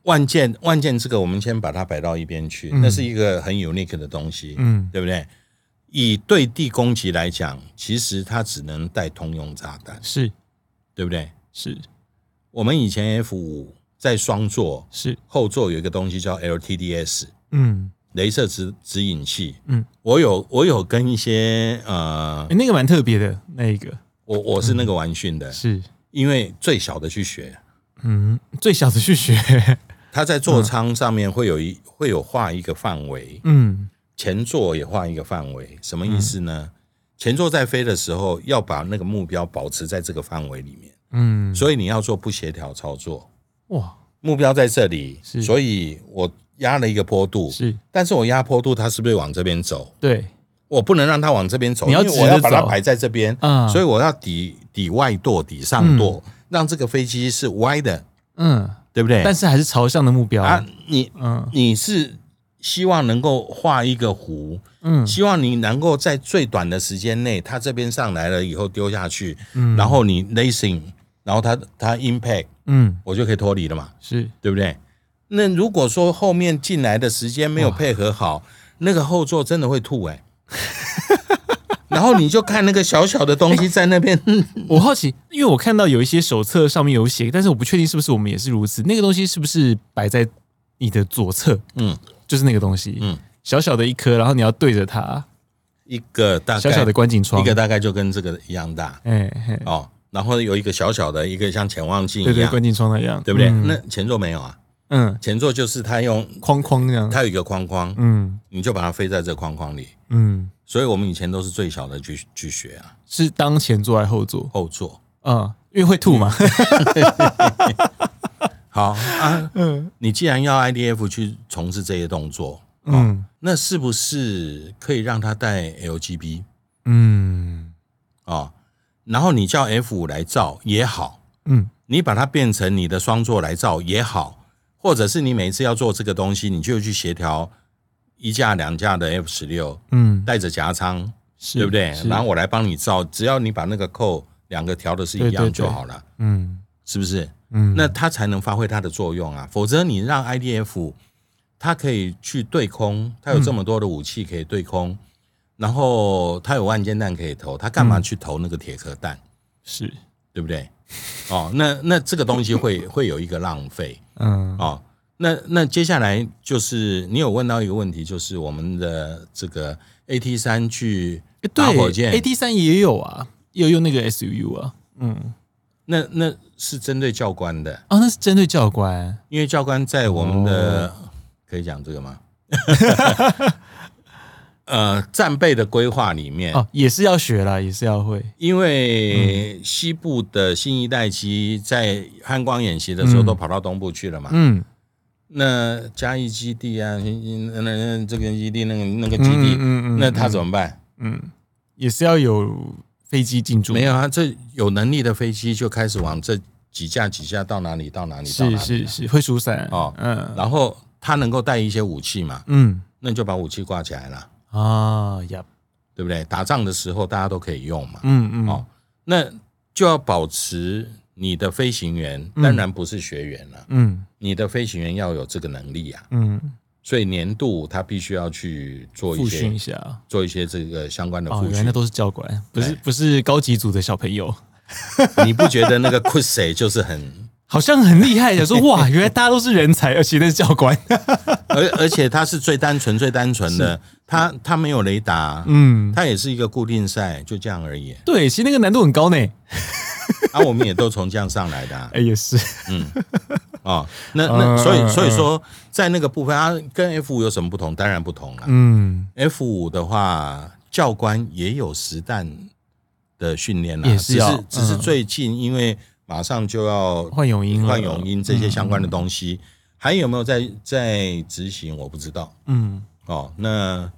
[SPEAKER 2] 万箭，万箭这个我们先把它摆到一边去，那是一个很 unique 的东西，
[SPEAKER 1] 嗯
[SPEAKER 2] 对不对？以对地攻击来讲，其实它只能带通用炸弹，，
[SPEAKER 1] 是
[SPEAKER 2] 对不对？
[SPEAKER 1] 是
[SPEAKER 2] 我们以前 F 五在双座
[SPEAKER 1] 是，
[SPEAKER 2] 后座有一个东西叫 LTDS，
[SPEAKER 1] 嗯，
[SPEAKER 2] 镭射指指引器。
[SPEAKER 1] 嗯，
[SPEAKER 2] 我有我有跟一些呃
[SPEAKER 1] 诶，那个蛮特别的，那一个
[SPEAKER 2] 我我是那个玩训的，
[SPEAKER 1] 是，
[SPEAKER 2] 因为最小的去学，
[SPEAKER 1] 嗯，最小的去学，
[SPEAKER 2] 他在座舱上面会有一会有画一个范围，
[SPEAKER 1] 嗯
[SPEAKER 2] 前座也画一个范围，什么意思呢？前座在飞的时候要把那个目标保持在这个范围里面，
[SPEAKER 1] 嗯，
[SPEAKER 2] 所以你要做不协调操作。
[SPEAKER 1] 哇，
[SPEAKER 2] 目标在这里，
[SPEAKER 1] 是
[SPEAKER 2] 所以我压了一个坡度，
[SPEAKER 1] 是
[SPEAKER 2] 但是我压坡度，它是不是往这边走？
[SPEAKER 1] 对
[SPEAKER 2] 我不能让它往这边走，
[SPEAKER 1] 你要
[SPEAKER 2] 因为
[SPEAKER 1] 直
[SPEAKER 2] 我
[SPEAKER 1] 着
[SPEAKER 2] 要把它
[SPEAKER 1] 走
[SPEAKER 2] 摆在这边，
[SPEAKER 1] 啊，嗯
[SPEAKER 2] 所以
[SPEAKER 1] 以
[SPEAKER 2] 我要底底外舵、底上舵，让这个飞机是歪的，
[SPEAKER 1] 嗯，
[SPEAKER 2] 对不对？
[SPEAKER 1] 但是还是朝向的目标，
[SPEAKER 2] 啊，你
[SPEAKER 1] 嗯
[SPEAKER 2] 你是希望能够画一个弧，
[SPEAKER 1] 嗯
[SPEAKER 2] 希望你能够在最短的时间内，它这边上来了以后丢下去，
[SPEAKER 1] 嗯
[SPEAKER 2] 然后你 lacing，然后它它 impact，
[SPEAKER 1] 嗯
[SPEAKER 2] 我就可以脱离了嘛。
[SPEAKER 1] 是
[SPEAKER 2] 对不对？那如果说后面进来的时间没有配合好，那个后座真的会吐哎、然后你就看那个小小的东西在那边，
[SPEAKER 1] 我好奇，因为我看到有一些手册上面有写，但是我不确定是不是我们也是如此，那个东西是不是摆在你的左侧，
[SPEAKER 2] 嗯，
[SPEAKER 1] 就是那个东西，
[SPEAKER 2] 嗯，啊
[SPEAKER 1] 小小的一颗，然后你要对着它，
[SPEAKER 2] 一个大概
[SPEAKER 1] 小小的观景窗，
[SPEAKER 2] 一个，大概就跟这个一样大
[SPEAKER 1] 哎嘿，
[SPEAKER 2] 哦，然后有一个小小的，一个像潜望镜一
[SPEAKER 1] 对对，
[SPEAKER 2] 样，
[SPEAKER 1] 观景窗那样，
[SPEAKER 2] 对不对？
[SPEAKER 1] 嗯
[SPEAKER 2] 那前座没有啊，
[SPEAKER 1] 嗯，
[SPEAKER 2] 前座就是它用
[SPEAKER 1] 框框那样，
[SPEAKER 2] 它有一个框框，
[SPEAKER 1] 嗯
[SPEAKER 2] 你就把它飞在这个框框里。
[SPEAKER 1] 嗯，
[SPEAKER 2] 所以我们以前都是最小的去去学啊，
[SPEAKER 1] 是当前座还是后座？
[SPEAKER 2] 后座
[SPEAKER 1] 嗯，因为会吐嘛。
[SPEAKER 2] 好啊，
[SPEAKER 1] 嗯
[SPEAKER 2] 你既然要 IDF 去从事这些动作，
[SPEAKER 1] 嗯
[SPEAKER 2] 那是不是可以让他带 LGB
[SPEAKER 1] 嗯
[SPEAKER 2] 啊、然后你叫 F 五来造也好，
[SPEAKER 1] 嗯
[SPEAKER 2] 你把它变成你的双座来造也好，或者是你每次要做这个东西，你就去协调一架两架的 F 十六
[SPEAKER 1] 嗯，
[SPEAKER 2] 带着夹仓，
[SPEAKER 1] 是
[SPEAKER 2] 对不对？
[SPEAKER 1] 是
[SPEAKER 2] 然后我来帮你造，只要你把那个扣两个调的是
[SPEAKER 1] 对
[SPEAKER 2] 一
[SPEAKER 1] 对
[SPEAKER 2] 样
[SPEAKER 1] 对
[SPEAKER 2] 就好了，
[SPEAKER 1] 嗯
[SPEAKER 2] 是不是？
[SPEAKER 1] 嗯，
[SPEAKER 2] 那它才能发挥它的作用啊。否则你让 IDF 它可以去对空，它有这么多的武器可以对空，然后它有万箭弹可以投，它干嘛去投那个铁壳弹？
[SPEAKER 1] 是
[SPEAKER 2] 对不 对？哦，那那这个东西会会有一个浪费
[SPEAKER 1] 嗯
[SPEAKER 2] 哦。那那接下来就是你有问到一个问题，就是我们的这个 AT 三去
[SPEAKER 1] 诶
[SPEAKER 2] 打
[SPEAKER 1] 对
[SPEAKER 2] 火箭，
[SPEAKER 1] ，A D 三也有啊，也有用那个 S U U 啊，嗯，
[SPEAKER 2] 那那是针对教官的，
[SPEAKER 1] 哦，那是针对教官，
[SPEAKER 2] 因为教官在我们的、
[SPEAKER 1] 哦
[SPEAKER 2] 可以讲这个吗？ 呃，战备的规划里面，
[SPEAKER 1] 哦，嗯也是要学啦，也是要会，
[SPEAKER 2] 因为西部的新一代机在汉光演习的时候
[SPEAKER 1] 嗯
[SPEAKER 2] 都跑到东部去了嘛，
[SPEAKER 1] 嗯
[SPEAKER 2] 那嘉义基地啊，那那那这个基地，那个那个基
[SPEAKER 1] 嗯
[SPEAKER 2] 地，
[SPEAKER 1] 嗯嗯，
[SPEAKER 2] 那他
[SPEAKER 1] 嗯
[SPEAKER 2] 怎么办？
[SPEAKER 1] 嗯，也是要有飞机进驻，
[SPEAKER 2] 没有啊，这有能力的飞机就开始往这几架几架到哪里到哪里到
[SPEAKER 1] 是
[SPEAKER 2] 哪里，啊
[SPEAKER 1] 是是会疏散
[SPEAKER 2] 哦
[SPEAKER 1] 嗯
[SPEAKER 2] 然后他能够带一些武器嘛，
[SPEAKER 1] 嗯
[SPEAKER 2] 那就把武器挂起来了，
[SPEAKER 1] 啊呀，
[SPEAKER 2] 对不对？打仗的时候大家都可以用嘛，
[SPEAKER 1] 嗯嗯
[SPEAKER 2] 哦那就要保持你的飞行员，当然不是学员了，
[SPEAKER 1] 嗯
[SPEAKER 2] 你的飞行员要有这个能力啊，
[SPEAKER 1] 嗯，
[SPEAKER 2] 所以年度他必须要去做一
[SPEAKER 1] 复训一
[SPEAKER 2] 些
[SPEAKER 1] 下啊。
[SPEAKER 2] 做一些这个相关的
[SPEAKER 1] 哦，
[SPEAKER 2] 复
[SPEAKER 1] 原来
[SPEAKER 2] 训哎
[SPEAKER 1] 那。都是教官，不是不是高级组的小朋友，
[SPEAKER 2] 你不觉得那个 q u s 就 是很，
[SPEAKER 1] 好像很厉害，想说哇，原来大家都是人才，而且那是教官。
[SPEAKER 2] 而而且它是最单纯、最单纯的，它它没有雷达，
[SPEAKER 1] 嗯，
[SPEAKER 2] 它也是一个固定赛，就这样而已。
[SPEAKER 1] 对，其实那个难度很高呢。
[SPEAKER 2] 啊，我们也都从这样上来的啊
[SPEAKER 1] 哎，也是，
[SPEAKER 2] 哦。那
[SPEAKER 1] 嗯
[SPEAKER 2] 那所
[SPEAKER 1] 嗯
[SPEAKER 2] 以所以说，在那个部分，它啊跟 F 五有什么不同？当然不同啦。
[SPEAKER 1] 嗯，
[SPEAKER 2] F 五的话，教官也有实弹的训练啦，
[SPEAKER 1] 也是
[SPEAKER 2] 只
[SPEAKER 1] 要
[SPEAKER 2] 是只是
[SPEAKER 1] 嗯
[SPEAKER 2] 最近因为马上就要
[SPEAKER 1] 换泳衣，嗯
[SPEAKER 2] 换泳，衣这些相关的东西，还有没有在在执行？我不知道。
[SPEAKER 1] 嗯，
[SPEAKER 2] 哦，那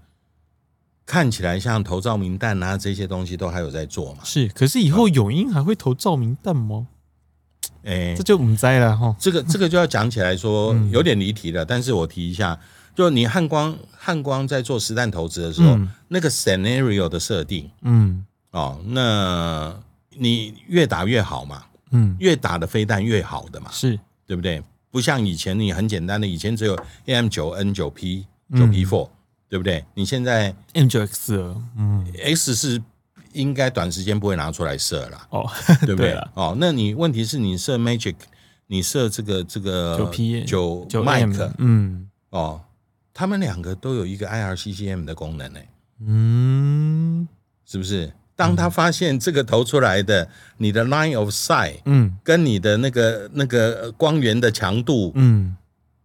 [SPEAKER 2] 看起来像投照明弹啊这些东西都还有在做嘛？
[SPEAKER 1] 是。可是以后泳衣还会投照明弹吗？
[SPEAKER 2] 诶，
[SPEAKER 1] 这就唔栽了哈。
[SPEAKER 2] 这个这个就要讲起来说
[SPEAKER 1] 嗯
[SPEAKER 2] 有点离题了，但是我提一下，就你汉光汉光在做实弹投资的时候，
[SPEAKER 1] 嗯
[SPEAKER 2] 那个 scenario 的设定
[SPEAKER 1] 嗯
[SPEAKER 2] 哦，那你越打越好嘛，
[SPEAKER 1] 嗯，
[SPEAKER 2] 越打的飞弹越好的嘛，
[SPEAKER 1] 是，
[SPEAKER 2] 对不对？不像以前你很简单的，以前只有 AM 九 N 九 P
[SPEAKER 1] 嗯
[SPEAKER 2] 九 P four，对不对？你现在
[SPEAKER 1] M 九 X 了，嗯，
[SPEAKER 2] X 是应该短时间不会拿出来射啦。
[SPEAKER 1] 哦，
[SPEAKER 2] 对不对？
[SPEAKER 1] 了，
[SPEAKER 2] 哦，那你问题是你设 Magic，你设这个这个
[SPEAKER 1] 9P
[SPEAKER 2] 九
[SPEAKER 1] 九 M，
[SPEAKER 2] Mike
[SPEAKER 1] 嗯
[SPEAKER 2] 哦，他们两个都有一个 IRCCM 的功能呢，
[SPEAKER 1] 嗯
[SPEAKER 2] 是不是？当他发现这个投出来的你的 line of sight
[SPEAKER 1] 嗯
[SPEAKER 2] 跟你的那个那个光源的强度
[SPEAKER 1] 嗯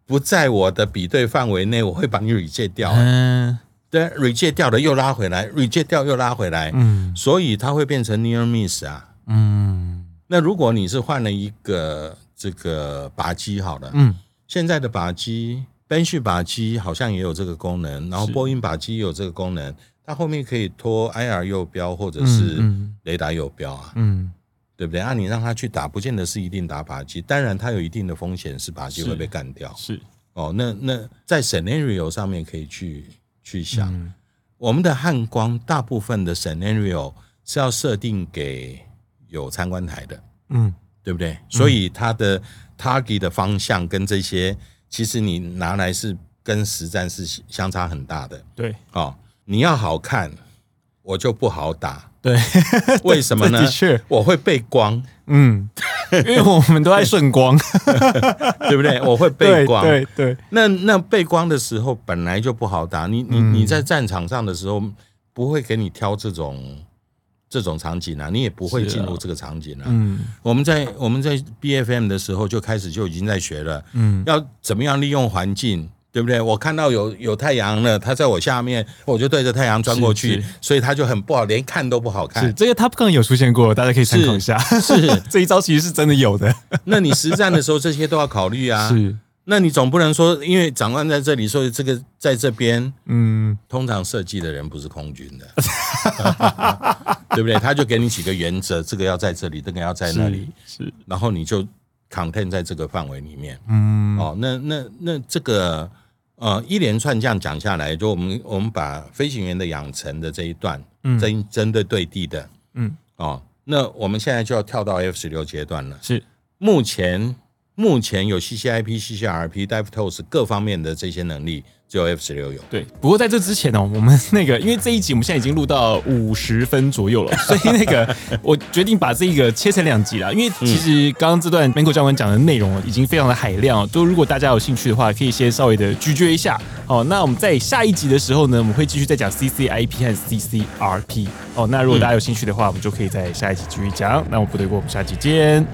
[SPEAKER 2] 不在我的比对范围内，我会把你 reject 掉。
[SPEAKER 1] 嗯
[SPEAKER 2] 对，reject 掉了又拉回来，reject 掉又拉回来，
[SPEAKER 1] 嗯
[SPEAKER 2] 所以它会变成 near miss 啊。
[SPEAKER 1] 嗯
[SPEAKER 2] 那如果你是换了一个这个靶机好了，
[SPEAKER 1] 嗯，
[SPEAKER 2] 现在的靶机，奔旭靶机好像也有这个功能，然后
[SPEAKER 1] 是
[SPEAKER 2] 波音靶机也有这个功能，它后面可以拖 IR 右标或者是
[SPEAKER 1] 嗯
[SPEAKER 2] 雷达右标啊，
[SPEAKER 1] 嗯
[SPEAKER 2] 对不对？啊，你让它去打，不见得是一定打靶机，当然它有一定的风险，是靶机
[SPEAKER 1] 是
[SPEAKER 2] 会被干掉。
[SPEAKER 1] 是，
[SPEAKER 2] 哦，那那在 scenario 上面可以去去想，
[SPEAKER 1] 嗯
[SPEAKER 2] 我们的汉光大部分的 scenario 是要设定给有参观台的。
[SPEAKER 1] 嗯
[SPEAKER 2] 对不对？所以它的 target 的方向跟这些，其实你拿来是跟实战是相差很大的
[SPEAKER 1] 对
[SPEAKER 2] 哦。你要好看，我就不好打，
[SPEAKER 1] 对，
[SPEAKER 2] 为什么 呢
[SPEAKER 1] 这的确，
[SPEAKER 2] 我会背光，
[SPEAKER 1] 嗯，因为我们都在顺光，
[SPEAKER 2] 对不对？我会 背
[SPEAKER 1] 对
[SPEAKER 2] 光。
[SPEAKER 1] 对对，
[SPEAKER 2] 那那背光的时候本来就不好打，你你
[SPEAKER 1] 嗯
[SPEAKER 2] 你在战场上的时候不会给你挑这种这种场景啊，你也不会
[SPEAKER 1] 是啊
[SPEAKER 2] 进入这个场景啊。
[SPEAKER 1] 嗯
[SPEAKER 2] 我们在我们在 B F M 的时候就开始就已经在学了，
[SPEAKER 1] 嗯
[SPEAKER 2] 要怎么样利用环境对不对？我看到有有太阳了，它在我下面，我就对着太阳钻过去
[SPEAKER 1] 是是，
[SPEAKER 2] 所以它就很不好，连看都不好
[SPEAKER 1] 是
[SPEAKER 2] 看。
[SPEAKER 1] 这个 Top Gun 有出现过，大家可以参考一下。
[SPEAKER 2] 是
[SPEAKER 1] 这一招其实是真的有的，
[SPEAKER 2] 那你实战的时候这些都要考虑啊。
[SPEAKER 1] 是
[SPEAKER 2] 那你总不能说，因为长官在这里，所以这个在这边，
[SPEAKER 1] 嗯，
[SPEAKER 2] 通常设计的人不是空军 的，对不对？他就给你几个原则，这个要在这里，这个要在那里，
[SPEAKER 1] 是是
[SPEAKER 2] 然后你就 content 在这个范围里面。
[SPEAKER 1] 嗯
[SPEAKER 2] 哦，那那那这个呃，一连串这样讲下来，就我们我们把飞行员的养成的这一段，
[SPEAKER 1] 嗯
[SPEAKER 2] 针针对对地的
[SPEAKER 1] 嗯
[SPEAKER 2] 哦，那我们现在就要跳到 F 十六阶段了。
[SPEAKER 1] 是
[SPEAKER 2] 目前目前有 CCIP、CCRP、DiveTools 各方面的这些能力，只有 F 十六有。
[SPEAKER 1] 对。不过在这之前呢、哦我们那个因为这一集我们现在已经录到五十分左右了，所以那个我决定把这个切成两集啦。因为
[SPEAKER 2] 嗯
[SPEAKER 1] 其实刚刚这段 Mango 教官讲的内容哦已经非常的海量哦，就如果大家有兴趣的话，可以先稍微的咀嚼一下。哦，那我们在下一集的时候呢，我们会继续再讲 CCIP 和 CCRP。哦，那如果大家有兴趣的话，我们就可以在下一集继续讲。那我们部队锅，我们下集见。